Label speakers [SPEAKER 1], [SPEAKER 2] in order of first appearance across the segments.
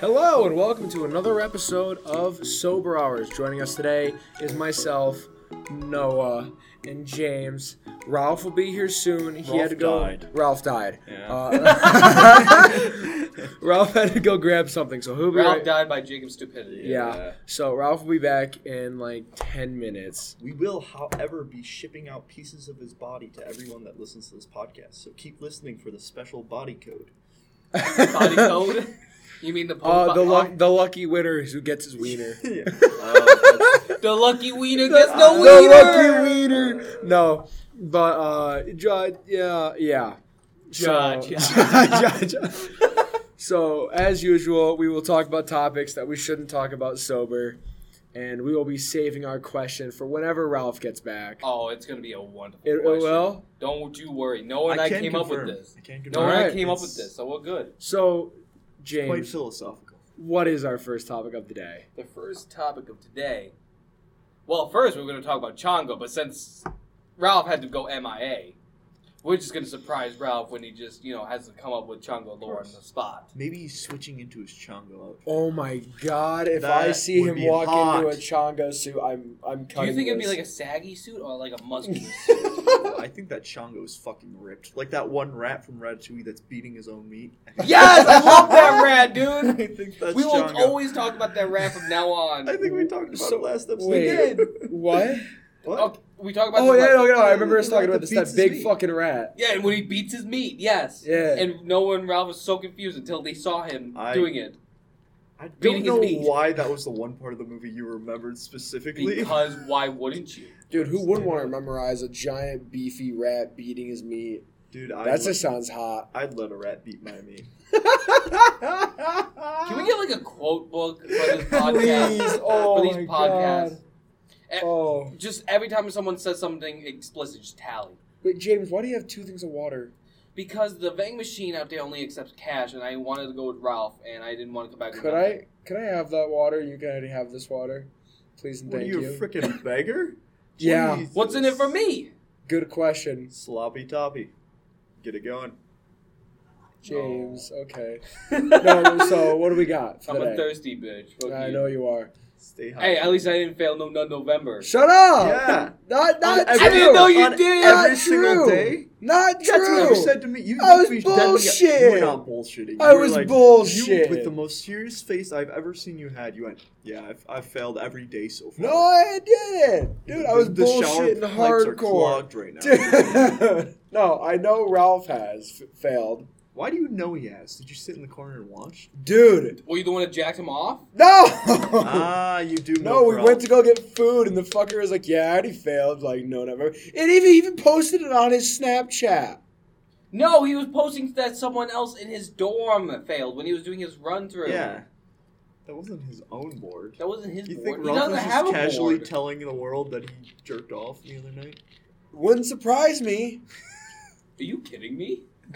[SPEAKER 1] Hello and welcome to another episode of Sober Hours. Joining us today is myself, Noah, and James. Ralph will be here soon. He
[SPEAKER 2] Ralph
[SPEAKER 1] had to go.
[SPEAKER 2] died.
[SPEAKER 1] Ralph died.
[SPEAKER 2] Yeah.
[SPEAKER 1] Uh, Ralph had to go grab something, so he'll be
[SPEAKER 3] Ralph
[SPEAKER 1] right-
[SPEAKER 3] died by Jacob's stupidity.
[SPEAKER 1] Yeah.
[SPEAKER 2] Yeah.
[SPEAKER 1] So Ralph will be back in like ten minutes.
[SPEAKER 4] We will, however, be shipping out pieces of his body to everyone that listens to this podcast. So keep listening for the special body code.
[SPEAKER 3] Body code. You mean the po-
[SPEAKER 1] Uh, the
[SPEAKER 3] bo-
[SPEAKER 1] luck, the lucky winner is who gets his wiener.
[SPEAKER 3] Oh, the lucky wiener gets
[SPEAKER 1] the
[SPEAKER 3] no wiener.
[SPEAKER 1] lucky wiener. No, but uh, ju- yeah, yeah. So,
[SPEAKER 3] Judge.
[SPEAKER 1] Judge. so as usual, we will talk about topics that we shouldn't talk about sober, and we will be saving our question for whenever Ralph gets back.
[SPEAKER 3] Oh, it's gonna be a wonderful.
[SPEAKER 1] It, it
[SPEAKER 3] question.
[SPEAKER 1] will.
[SPEAKER 3] Don't you worry. No one I,
[SPEAKER 4] can
[SPEAKER 3] came up with
[SPEAKER 4] confirm.
[SPEAKER 3] this.
[SPEAKER 4] I can
[SPEAKER 3] No
[SPEAKER 4] confirm.
[SPEAKER 3] one I
[SPEAKER 1] Alright.
[SPEAKER 3] came up with
[SPEAKER 4] It's
[SPEAKER 3] this, so we're good.
[SPEAKER 1] So,
[SPEAKER 4] Quite
[SPEAKER 1] James,
[SPEAKER 4] philosophical.
[SPEAKER 1] what is our first topic of the day?
[SPEAKER 3] The first topic of today. Well, first we we're gonna talk about Chongo, but since Ralph had to go MIA, we're just gonna surprise Ralph when he just you know has to come up with Chongo lore on the spot.
[SPEAKER 4] Maybe he's switching into his Chongo outfit.
[SPEAKER 1] Oh my God! If I
[SPEAKER 4] That
[SPEAKER 1] see
[SPEAKER 4] would
[SPEAKER 1] him
[SPEAKER 4] be
[SPEAKER 1] walk
[SPEAKER 4] hot.
[SPEAKER 1] into a chongo suit, I'm I'm
[SPEAKER 3] Do
[SPEAKER 1] cutting.
[SPEAKER 3] you think it'd be
[SPEAKER 1] this.
[SPEAKER 3] like a saggy suit or like a muscular suit?
[SPEAKER 4] I think that Chongo is fucking ripped. Like that one rat from Ratatouille that's beating his own meat.
[SPEAKER 3] Yes, I love that rat,
[SPEAKER 4] I
[SPEAKER 3] dude.
[SPEAKER 4] think that's
[SPEAKER 3] we will
[SPEAKER 4] Chongo.
[SPEAKER 3] always talk about that rat from now on.
[SPEAKER 4] I think we talked about
[SPEAKER 1] So-
[SPEAKER 4] it last episode.
[SPEAKER 1] wait.
[SPEAKER 3] did.
[SPEAKER 1] what?
[SPEAKER 4] What?
[SPEAKER 3] Okay, we talk about.
[SPEAKER 1] Oh
[SPEAKER 3] this
[SPEAKER 1] yeah, no,
[SPEAKER 3] rat-
[SPEAKER 1] no, I remember us
[SPEAKER 4] Like
[SPEAKER 1] talking
[SPEAKER 4] the
[SPEAKER 1] about this that
[SPEAKER 4] pizza's
[SPEAKER 1] big
[SPEAKER 4] meat.
[SPEAKER 1] fucking rat.
[SPEAKER 3] Yeah, and when he beats his meat, yes.
[SPEAKER 1] Yeah.
[SPEAKER 3] And no one, Ralph was so confused until they saw him
[SPEAKER 4] I-
[SPEAKER 3] doing it
[SPEAKER 4] I
[SPEAKER 3] Beating
[SPEAKER 4] don't
[SPEAKER 3] his
[SPEAKER 4] know
[SPEAKER 3] meat.
[SPEAKER 4] why that was the one part of the movie you remembered specifically.
[SPEAKER 3] because why wouldn't you?
[SPEAKER 1] Dude, who wouldn't want to memorize a giant beefy rat beating his meat?
[SPEAKER 4] Dude, I
[SPEAKER 1] That
[SPEAKER 4] would-
[SPEAKER 1] just sounds hot.
[SPEAKER 4] I'd let a rat beat my meat.
[SPEAKER 3] Can
[SPEAKER 4] Uh,
[SPEAKER 3] we get like a quote book for this podcast?
[SPEAKER 1] Please, oh
[SPEAKER 3] for these
[SPEAKER 1] my
[SPEAKER 3] podcasts.
[SPEAKER 1] god.
[SPEAKER 3] Eh,
[SPEAKER 1] Oh,
[SPEAKER 3] Just every time someone says something explicit, just tally.
[SPEAKER 1] wait, James, why do you have two things of water?
[SPEAKER 3] Because the vending machine out there only accepts cash, and I wanted to go with Ralph, and I didn't want to come back. with
[SPEAKER 1] Could
[SPEAKER 3] nothing.
[SPEAKER 1] I, could I have that water? You can already have this water, please and
[SPEAKER 4] What are
[SPEAKER 1] thank
[SPEAKER 4] you, a freaking beggar?
[SPEAKER 1] Yeah.
[SPEAKER 4] Jesus.
[SPEAKER 3] What's in it for me?
[SPEAKER 1] Good question,
[SPEAKER 4] Sloppy toppy. Get it going.
[SPEAKER 1] James. Okay. No, so what do we got for
[SPEAKER 3] I'm a
[SPEAKER 1] today?
[SPEAKER 3] thirsty bitch. Fuck
[SPEAKER 1] I
[SPEAKER 3] you.
[SPEAKER 1] know you are.
[SPEAKER 4] Stay high.
[SPEAKER 3] Hey, at least I didn't fail no nut November.
[SPEAKER 1] Shut up!
[SPEAKER 4] Yeah.
[SPEAKER 1] Not, not
[SPEAKER 4] On
[SPEAKER 1] true.
[SPEAKER 3] I didn't know you
[SPEAKER 4] on
[SPEAKER 3] did.
[SPEAKER 4] Every
[SPEAKER 1] Not
[SPEAKER 4] single
[SPEAKER 1] true.
[SPEAKER 4] day.
[SPEAKER 1] Not true.
[SPEAKER 4] That's what you said to me. You
[SPEAKER 1] I was
[SPEAKER 4] you definitely-
[SPEAKER 1] bullshitting.
[SPEAKER 4] You were not bullshitting.
[SPEAKER 1] I
[SPEAKER 4] You were
[SPEAKER 1] was
[SPEAKER 4] like,
[SPEAKER 1] bullshitting.
[SPEAKER 4] You, with the most serious face I've ever seen you had, you went, "Yeah, I've, I've failed every day so far."
[SPEAKER 1] No, I didn't, dude. I was
[SPEAKER 4] the, the shower
[SPEAKER 1] bullshitting
[SPEAKER 4] pipes Are
[SPEAKER 1] hardcore.
[SPEAKER 4] clogged right now.
[SPEAKER 1] Dude. no, I know Ralph has f- failed.
[SPEAKER 4] Why do you know he has? Did you sit in the corner and watch?
[SPEAKER 1] Dude,
[SPEAKER 3] Were you the one that jacked him off?
[SPEAKER 1] no!
[SPEAKER 4] ah, you do.
[SPEAKER 1] no, we went to go get food, and the fucker was like, yeah, I already failed. Like, no, never. And even, even posted it on his Snapchat.
[SPEAKER 3] No, he was posting that someone else in his dorm failed when he was doing his run through.
[SPEAKER 4] Yeah, that wasn't his own board.
[SPEAKER 3] That wasn't his
[SPEAKER 4] You
[SPEAKER 3] board.
[SPEAKER 4] think
[SPEAKER 3] He
[SPEAKER 4] Ralph
[SPEAKER 3] doesn't
[SPEAKER 4] was
[SPEAKER 3] have
[SPEAKER 4] just
[SPEAKER 3] a
[SPEAKER 4] casually
[SPEAKER 3] board.
[SPEAKER 4] telling the world that he jerked off the other night?
[SPEAKER 1] Wouldn't surprise me.
[SPEAKER 3] Are you kidding me?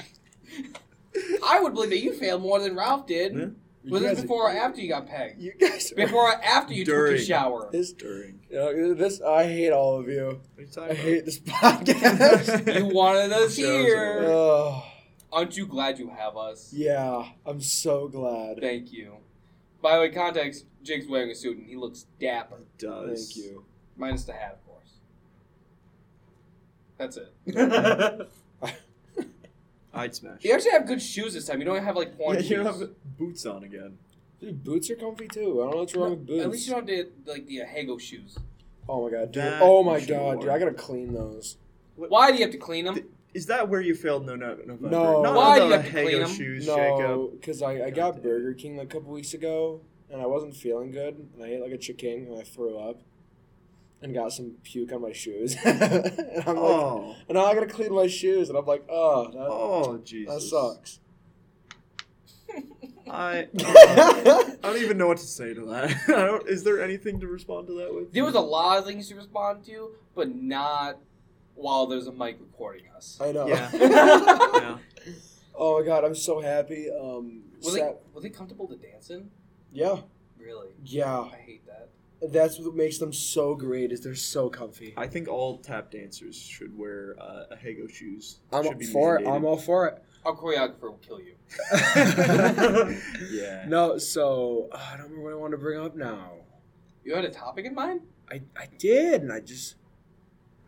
[SPEAKER 3] I would believe that you failed more than Ralph did.
[SPEAKER 4] Yeah.
[SPEAKER 3] Was
[SPEAKER 1] You
[SPEAKER 3] this
[SPEAKER 1] guys-
[SPEAKER 3] before or after you got pegged?
[SPEAKER 1] You guys. Are,
[SPEAKER 3] Before or after you took
[SPEAKER 4] During.
[SPEAKER 3] a shower?
[SPEAKER 1] this,
[SPEAKER 4] During.
[SPEAKER 1] you know, this, I hate all of you.
[SPEAKER 4] What are you
[SPEAKER 1] I
[SPEAKER 4] talking
[SPEAKER 1] hate this podcast.
[SPEAKER 3] You wanted
[SPEAKER 4] Shows
[SPEAKER 3] us here.
[SPEAKER 4] it.
[SPEAKER 1] oh,
[SPEAKER 3] Aren't you glad you have us?
[SPEAKER 1] yeah, I'm so glad.
[SPEAKER 3] Thank you. By the way, context, Jake's wearing a suit and he looks dapper.
[SPEAKER 4] It does.
[SPEAKER 1] Thank you.
[SPEAKER 3] Minus the hat, of course. That's it.
[SPEAKER 4] I'd smash.
[SPEAKER 3] You actually have good shoes this time. You don't have like
[SPEAKER 4] Yeah,
[SPEAKER 3] porn
[SPEAKER 4] you
[SPEAKER 3] shoes.
[SPEAKER 4] don't have boots on again.
[SPEAKER 1] Dude, boots are comfy too. I don't know what's wrong with boots.
[SPEAKER 3] At least you don't have the, like the Hago shoes.
[SPEAKER 1] Oh my god, dude.
[SPEAKER 4] That
[SPEAKER 1] Oh my
[SPEAKER 4] you should've
[SPEAKER 1] god, dude. I
[SPEAKER 4] worn.
[SPEAKER 1] gotta clean those.
[SPEAKER 3] Why do you have to clean them?
[SPEAKER 4] Th- Is that where you failed? No, no, November.
[SPEAKER 1] No.
[SPEAKER 4] Not
[SPEAKER 3] Why do
[SPEAKER 4] the
[SPEAKER 3] you have to
[SPEAKER 4] Hago
[SPEAKER 3] clean 'em?
[SPEAKER 4] shoes, Jacob.
[SPEAKER 1] No, because I, I
[SPEAKER 4] God
[SPEAKER 1] got
[SPEAKER 4] damn.
[SPEAKER 1] Burger King like a couple weeks ago, and I wasn't feeling good, and I ate like a chicken, and I threw up, and got some puke on my shoes, and I'm like,
[SPEAKER 4] Oh,
[SPEAKER 1] and now I gotta clean my shoes, and I'm like, oh,
[SPEAKER 4] oh,
[SPEAKER 1] that,
[SPEAKER 4] Jesus.
[SPEAKER 1] that sucks.
[SPEAKER 4] I, um, I don't even know what to say to that. I don't, is there anything to respond to that with?
[SPEAKER 3] There was a lot of things to respond to, but not while there's a mic recording us.
[SPEAKER 1] I know.
[SPEAKER 4] Yeah. Yeah.
[SPEAKER 1] oh my god, I'm so happy. Um,
[SPEAKER 3] Were
[SPEAKER 1] sa-
[SPEAKER 3] they, were they comfortable to dance in?
[SPEAKER 1] yeah,
[SPEAKER 3] Really?
[SPEAKER 4] Oh.
[SPEAKER 1] yeah.
[SPEAKER 3] I hate that.
[SPEAKER 1] That's what makes them so great. Is they're so comfy.
[SPEAKER 4] I think all tap dancers should wear uh, Hago shoes.
[SPEAKER 1] I'm
[SPEAKER 4] Should
[SPEAKER 1] all
[SPEAKER 4] be
[SPEAKER 1] for it.
[SPEAKER 4] mandated.
[SPEAKER 1] I'm all for it.
[SPEAKER 3] Our choreographer will kill you.
[SPEAKER 2] yeah.
[SPEAKER 1] no, so uh, I don't remember what I wanted to bring up now.
[SPEAKER 3] You had a topic in mind?
[SPEAKER 1] I, I did, and I just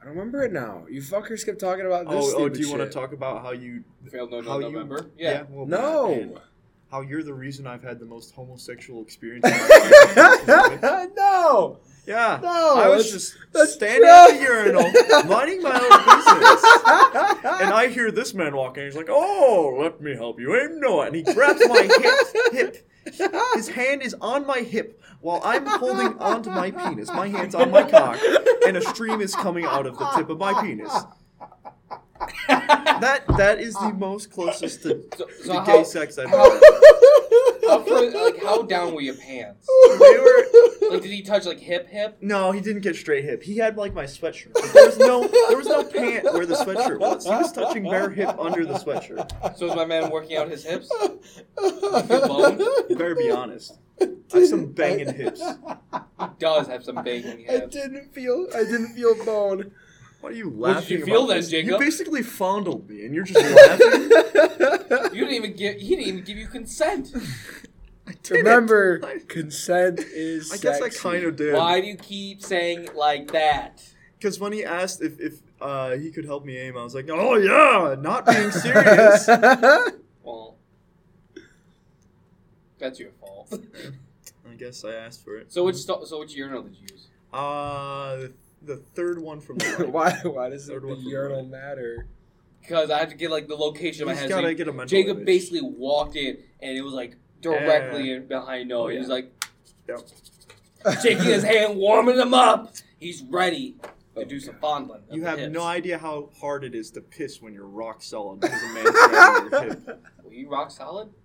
[SPEAKER 1] I don't remember it now. You fuckers kept talking about this.
[SPEAKER 4] Oh, oh,
[SPEAKER 1] stupid
[SPEAKER 4] do you want to
[SPEAKER 1] shit.
[SPEAKER 4] talk about how you?
[SPEAKER 3] Failed Oh, no
[SPEAKER 4] How
[SPEAKER 3] no
[SPEAKER 4] you-
[SPEAKER 3] November. Yeah.
[SPEAKER 4] well,
[SPEAKER 1] No.
[SPEAKER 4] man, How you're the reason I've had the most homosexual experience. in my life.
[SPEAKER 1] no,
[SPEAKER 4] yeah.
[SPEAKER 1] no.
[SPEAKER 4] I was
[SPEAKER 1] it's-
[SPEAKER 4] just
[SPEAKER 1] that's
[SPEAKER 4] standing at the
[SPEAKER 1] rough.
[SPEAKER 4] urinal, minding my own business. And I hear this man walking. He's like, "Oh, let me help you." And no, and he grabs my hip. Hip. His hand is on my hip while I'm holding onto my penis. My hand's on my cock, and a stream is coming out of the tip of my penis. That that is the most closest to,
[SPEAKER 3] So,
[SPEAKER 4] to
[SPEAKER 3] so
[SPEAKER 4] gay
[SPEAKER 3] how,
[SPEAKER 4] sex I've had.
[SPEAKER 3] how far- like how down were your pants?
[SPEAKER 4] They were-
[SPEAKER 3] Like did he touch like hip hip?
[SPEAKER 4] No, he didn't get straight hip. He had like my sweatshirt. But There was no there was no pant where the sweatshirt was. He was touching bare hip under the sweatshirt.
[SPEAKER 3] So is my man working out his hips? Your bone
[SPEAKER 4] You better be honest. I have some banging hips.
[SPEAKER 3] does have some banging
[SPEAKER 1] I
[SPEAKER 3] hips.
[SPEAKER 1] didn't feel. I didn't feel bone.
[SPEAKER 4] What are you laughing
[SPEAKER 3] What did you feel
[SPEAKER 4] about
[SPEAKER 3] then,
[SPEAKER 4] this?
[SPEAKER 3] Jacob?
[SPEAKER 4] You basically fondled me, and you're just laughing.
[SPEAKER 3] You didn't even give he didn't even give you consent.
[SPEAKER 1] Remember,
[SPEAKER 4] I-
[SPEAKER 1] consent is.
[SPEAKER 4] I guess I
[SPEAKER 1] sexy.
[SPEAKER 4] kind of did.
[SPEAKER 3] Why do you keep saying it like that?
[SPEAKER 4] Because when he asked if if uh, he could help me aim, I was like, "Oh yeah," not being serious. I
[SPEAKER 3] Well that's your fault.
[SPEAKER 4] guess I asked for it.
[SPEAKER 3] So which sto- so which urinal did you use?
[SPEAKER 4] Uh, the, the third one from the
[SPEAKER 1] why?
[SPEAKER 4] right.
[SPEAKER 1] Why does the
[SPEAKER 4] Third one from the
[SPEAKER 1] urinal
[SPEAKER 4] right.
[SPEAKER 1] matter?
[SPEAKER 3] Because I had to get like the location of my
[SPEAKER 4] He's
[SPEAKER 3] head.
[SPEAKER 4] gotta
[SPEAKER 3] So
[SPEAKER 4] get a mental
[SPEAKER 3] Jacob
[SPEAKER 4] image.
[SPEAKER 3] basically walked in and it was like directly in behind Noah.
[SPEAKER 4] Oh,
[SPEAKER 3] He
[SPEAKER 4] yeah.
[SPEAKER 3] was like
[SPEAKER 4] Yep.
[SPEAKER 3] shaking his hand, warming him up. He's ready to do some fondling. of
[SPEAKER 4] You
[SPEAKER 3] the
[SPEAKER 4] have
[SPEAKER 3] hips.
[SPEAKER 4] no idea how hard it is to piss when you're rock solid because a man's grabbing your hip.
[SPEAKER 3] Were you rock solid?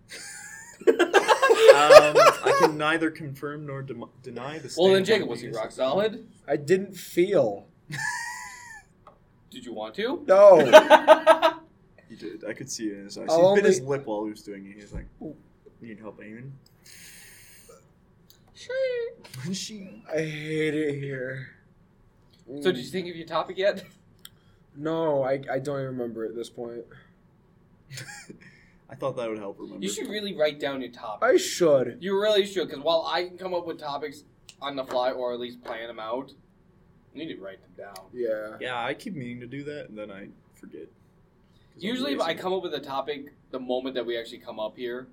[SPEAKER 4] Um, I can neither confirm nor dem deny the.
[SPEAKER 3] Well, then
[SPEAKER 4] statement
[SPEAKER 3] Jacob, was he
[SPEAKER 4] because-
[SPEAKER 3] rock solid?
[SPEAKER 1] I didn't feel.
[SPEAKER 3] Did you want to?
[SPEAKER 1] No. Oh.
[SPEAKER 4] He did. I could see it in his eyes.
[SPEAKER 1] I'll
[SPEAKER 4] he bit his
[SPEAKER 1] only-
[SPEAKER 4] lip while he was doing it. He was like, "You need help aiming?" she.
[SPEAKER 1] I hate it here.
[SPEAKER 3] so did you think of your topic yet?
[SPEAKER 1] No, I, I don't even remember at this point.
[SPEAKER 4] I thought that would help remember.
[SPEAKER 3] You should really write down your topic.
[SPEAKER 1] I should.
[SPEAKER 3] You really should, because while I can come up with topics on the fly or at least plan them out, you need to write them down.
[SPEAKER 1] Yeah.
[SPEAKER 4] Yeah, I keep meaning to do that, and then I forget. 'Cause I'm
[SPEAKER 3] Usually, I
[SPEAKER 4] lazy.
[SPEAKER 3] come up with a topic the moment that we actually come up here,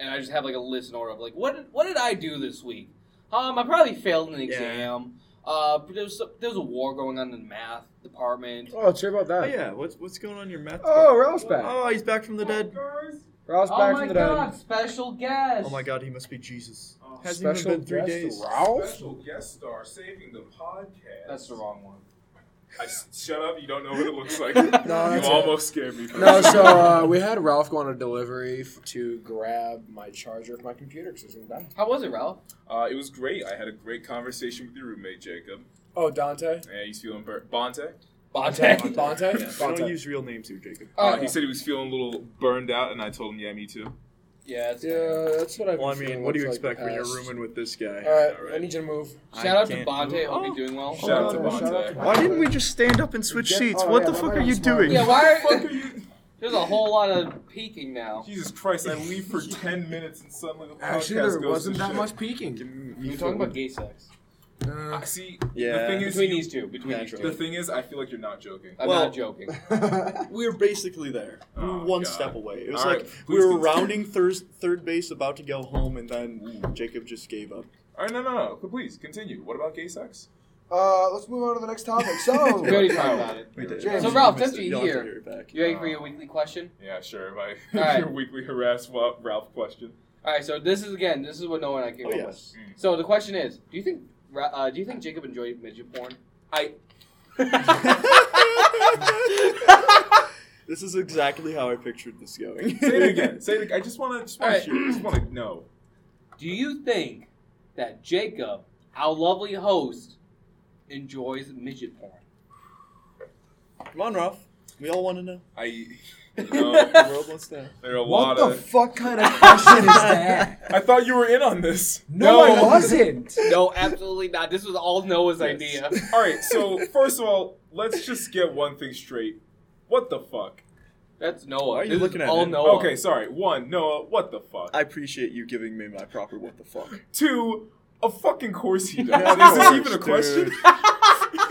[SPEAKER 3] and I just have like a list in order of like what did, what did I do this week? Um, I probably failed an exam. Uh, but there was some- there was a war going on in the math department.
[SPEAKER 1] Oh, cheer about
[SPEAKER 4] Oh
[SPEAKER 1] that.
[SPEAKER 4] yeah, what's what's going on in your math?
[SPEAKER 1] Oh, Ralph's back.
[SPEAKER 4] oh, he's back from the dead.
[SPEAKER 1] Ralph's
[SPEAKER 3] Oh
[SPEAKER 1] back
[SPEAKER 3] my
[SPEAKER 1] from the
[SPEAKER 3] god!
[SPEAKER 1] dead.
[SPEAKER 3] Special guest.
[SPEAKER 4] Oh my God, he must be Jesus.
[SPEAKER 5] Oh.
[SPEAKER 4] Hasn't even
[SPEAKER 1] Special
[SPEAKER 4] been three
[SPEAKER 1] guest
[SPEAKER 4] days.
[SPEAKER 1] Ralph?
[SPEAKER 5] Special guest star saving the podcast.
[SPEAKER 3] That's the wrong one.
[SPEAKER 5] I s- shut up. You don't know what it looks like. you
[SPEAKER 1] that's it.
[SPEAKER 5] almost scared me.
[SPEAKER 1] No, so uh, we had Ralph go on a delivery f- to grab my charger for my computer because it's in the back.
[SPEAKER 3] How was it, Ralph?
[SPEAKER 5] Uh, it was great. I had a great conversation with your roommate Jacob.
[SPEAKER 1] Oh, Dante?
[SPEAKER 5] Yeah, he's feeling bur-
[SPEAKER 1] Uh,
[SPEAKER 5] Bonte.
[SPEAKER 1] Bonte?
[SPEAKER 5] Yeah.
[SPEAKER 1] Bonte?
[SPEAKER 4] I don't
[SPEAKER 1] Bonte.
[SPEAKER 4] use real names here, Jacob.
[SPEAKER 5] Uh, he said he was feeling a little burned out, and I told him, "Yeah, me too."
[SPEAKER 3] Yeah. It's
[SPEAKER 1] Yeah, that's what I've
[SPEAKER 4] Well, I
[SPEAKER 1] been feeling
[SPEAKER 4] mean, what do you
[SPEAKER 1] like the Uh,
[SPEAKER 4] expect when you're
[SPEAKER 1] past-
[SPEAKER 4] rooming with this guy?
[SPEAKER 1] All right,
[SPEAKER 5] All right.
[SPEAKER 1] I need you to move.
[SPEAKER 4] I
[SPEAKER 3] Shout out to
[SPEAKER 4] can't
[SPEAKER 3] Bonte.
[SPEAKER 4] move.
[SPEAKER 3] Hope you're
[SPEAKER 4] Oh.
[SPEAKER 3] doing well.
[SPEAKER 5] Shout out to
[SPEAKER 1] Bonte, shout out to
[SPEAKER 5] Bonte.
[SPEAKER 4] Why didn't we just stand up and switch
[SPEAKER 1] Get-
[SPEAKER 4] seats?
[SPEAKER 1] oh,
[SPEAKER 4] what
[SPEAKER 1] yeah,
[SPEAKER 4] the
[SPEAKER 1] that
[SPEAKER 4] fuck
[SPEAKER 1] might
[SPEAKER 4] are
[SPEAKER 1] be
[SPEAKER 4] you
[SPEAKER 1] smart.
[SPEAKER 4] doing?
[SPEAKER 3] Yeah. Why?
[SPEAKER 5] Fuck are
[SPEAKER 3] Are,
[SPEAKER 5] you?
[SPEAKER 3] there's a whole lot of peeking now.
[SPEAKER 5] Jesus Christ! I leave for ten minutes, and suddenly the podcast
[SPEAKER 1] Actually,
[SPEAKER 5] goes
[SPEAKER 1] there
[SPEAKER 5] to
[SPEAKER 1] wasn't that
[SPEAKER 5] shit.
[SPEAKER 1] much peeking.
[SPEAKER 3] You're talking about gay sex
[SPEAKER 5] Uh,
[SPEAKER 1] Uh,
[SPEAKER 5] see,
[SPEAKER 4] Yeah.
[SPEAKER 5] the thing is,
[SPEAKER 3] between
[SPEAKER 5] you-
[SPEAKER 3] these two. Between these
[SPEAKER 5] the
[SPEAKER 3] two.
[SPEAKER 5] thing is, I feel like you're not joking.
[SPEAKER 3] I'm
[SPEAKER 4] Well-
[SPEAKER 3] not joking.
[SPEAKER 4] We were basically there. We were
[SPEAKER 5] Oh,
[SPEAKER 4] one
[SPEAKER 5] God.
[SPEAKER 4] step away. It was
[SPEAKER 5] All right,
[SPEAKER 4] like
[SPEAKER 5] please
[SPEAKER 4] we were
[SPEAKER 5] continue.
[SPEAKER 4] rounding thir- third base, about to go home, and then Jacob just gave up.
[SPEAKER 5] All right, no, no, no. Please continue. What about gay sex?
[SPEAKER 1] uh, let's move on to the next topic. So,
[SPEAKER 3] We already talked about it.
[SPEAKER 4] We did.
[SPEAKER 1] So,
[SPEAKER 3] Ralph,
[SPEAKER 4] You missed
[SPEAKER 3] since
[SPEAKER 4] it.
[SPEAKER 3] you're
[SPEAKER 4] You'll have to
[SPEAKER 3] here-
[SPEAKER 4] hear it back.
[SPEAKER 3] You ready for your weekly question?
[SPEAKER 5] Yeah, sure. My
[SPEAKER 3] right.
[SPEAKER 5] your weekly harass Wa- Ralph question.
[SPEAKER 3] All right, so this is again, this is what no one I came
[SPEAKER 4] Oh,
[SPEAKER 3] up
[SPEAKER 4] yes.
[SPEAKER 5] Mm.
[SPEAKER 3] with. So the question is, do you think, Ra- uh, do you think Jacob enjoyed midget porn? I.
[SPEAKER 4] This is exactly how I pictured this going.
[SPEAKER 5] Say it again. Say it. Again. I just want to. Just want
[SPEAKER 3] Alright.
[SPEAKER 5] to hear. it. Just want to know.
[SPEAKER 3] do you think that Jacob, our lovely host, enjoys midget porn?
[SPEAKER 4] Come on, Ralph. We all want to know.
[SPEAKER 5] I. No,
[SPEAKER 4] The world wants to know.
[SPEAKER 5] there are a
[SPEAKER 1] what
[SPEAKER 5] lot
[SPEAKER 1] the
[SPEAKER 5] of.
[SPEAKER 1] fuck kind of question is that?
[SPEAKER 5] I thought you were in on this.
[SPEAKER 1] No, I wasn't.
[SPEAKER 3] No, absolutely not. This was all Noah's idea.
[SPEAKER 5] All right. So first of all, let's just get one thing straight. What the fuck?
[SPEAKER 3] That's Noah.
[SPEAKER 4] Why are you
[SPEAKER 3] This is
[SPEAKER 4] looking at
[SPEAKER 3] all
[SPEAKER 4] me?
[SPEAKER 3] Noah.
[SPEAKER 5] Okay, sorry. One, Noah, what the fuck?
[SPEAKER 4] I appreciate you giving me my proper what the fuck.
[SPEAKER 5] Two, a fucking course he
[SPEAKER 4] Yeah,
[SPEAKER 5] does.
[SPEAKER 4] of
[SPEAKER 5] Is this
[SPEAKER 4] course,
[SPEAKER 5] even a
[SPEAKER 4] dude.
[SPEAKER 5] question?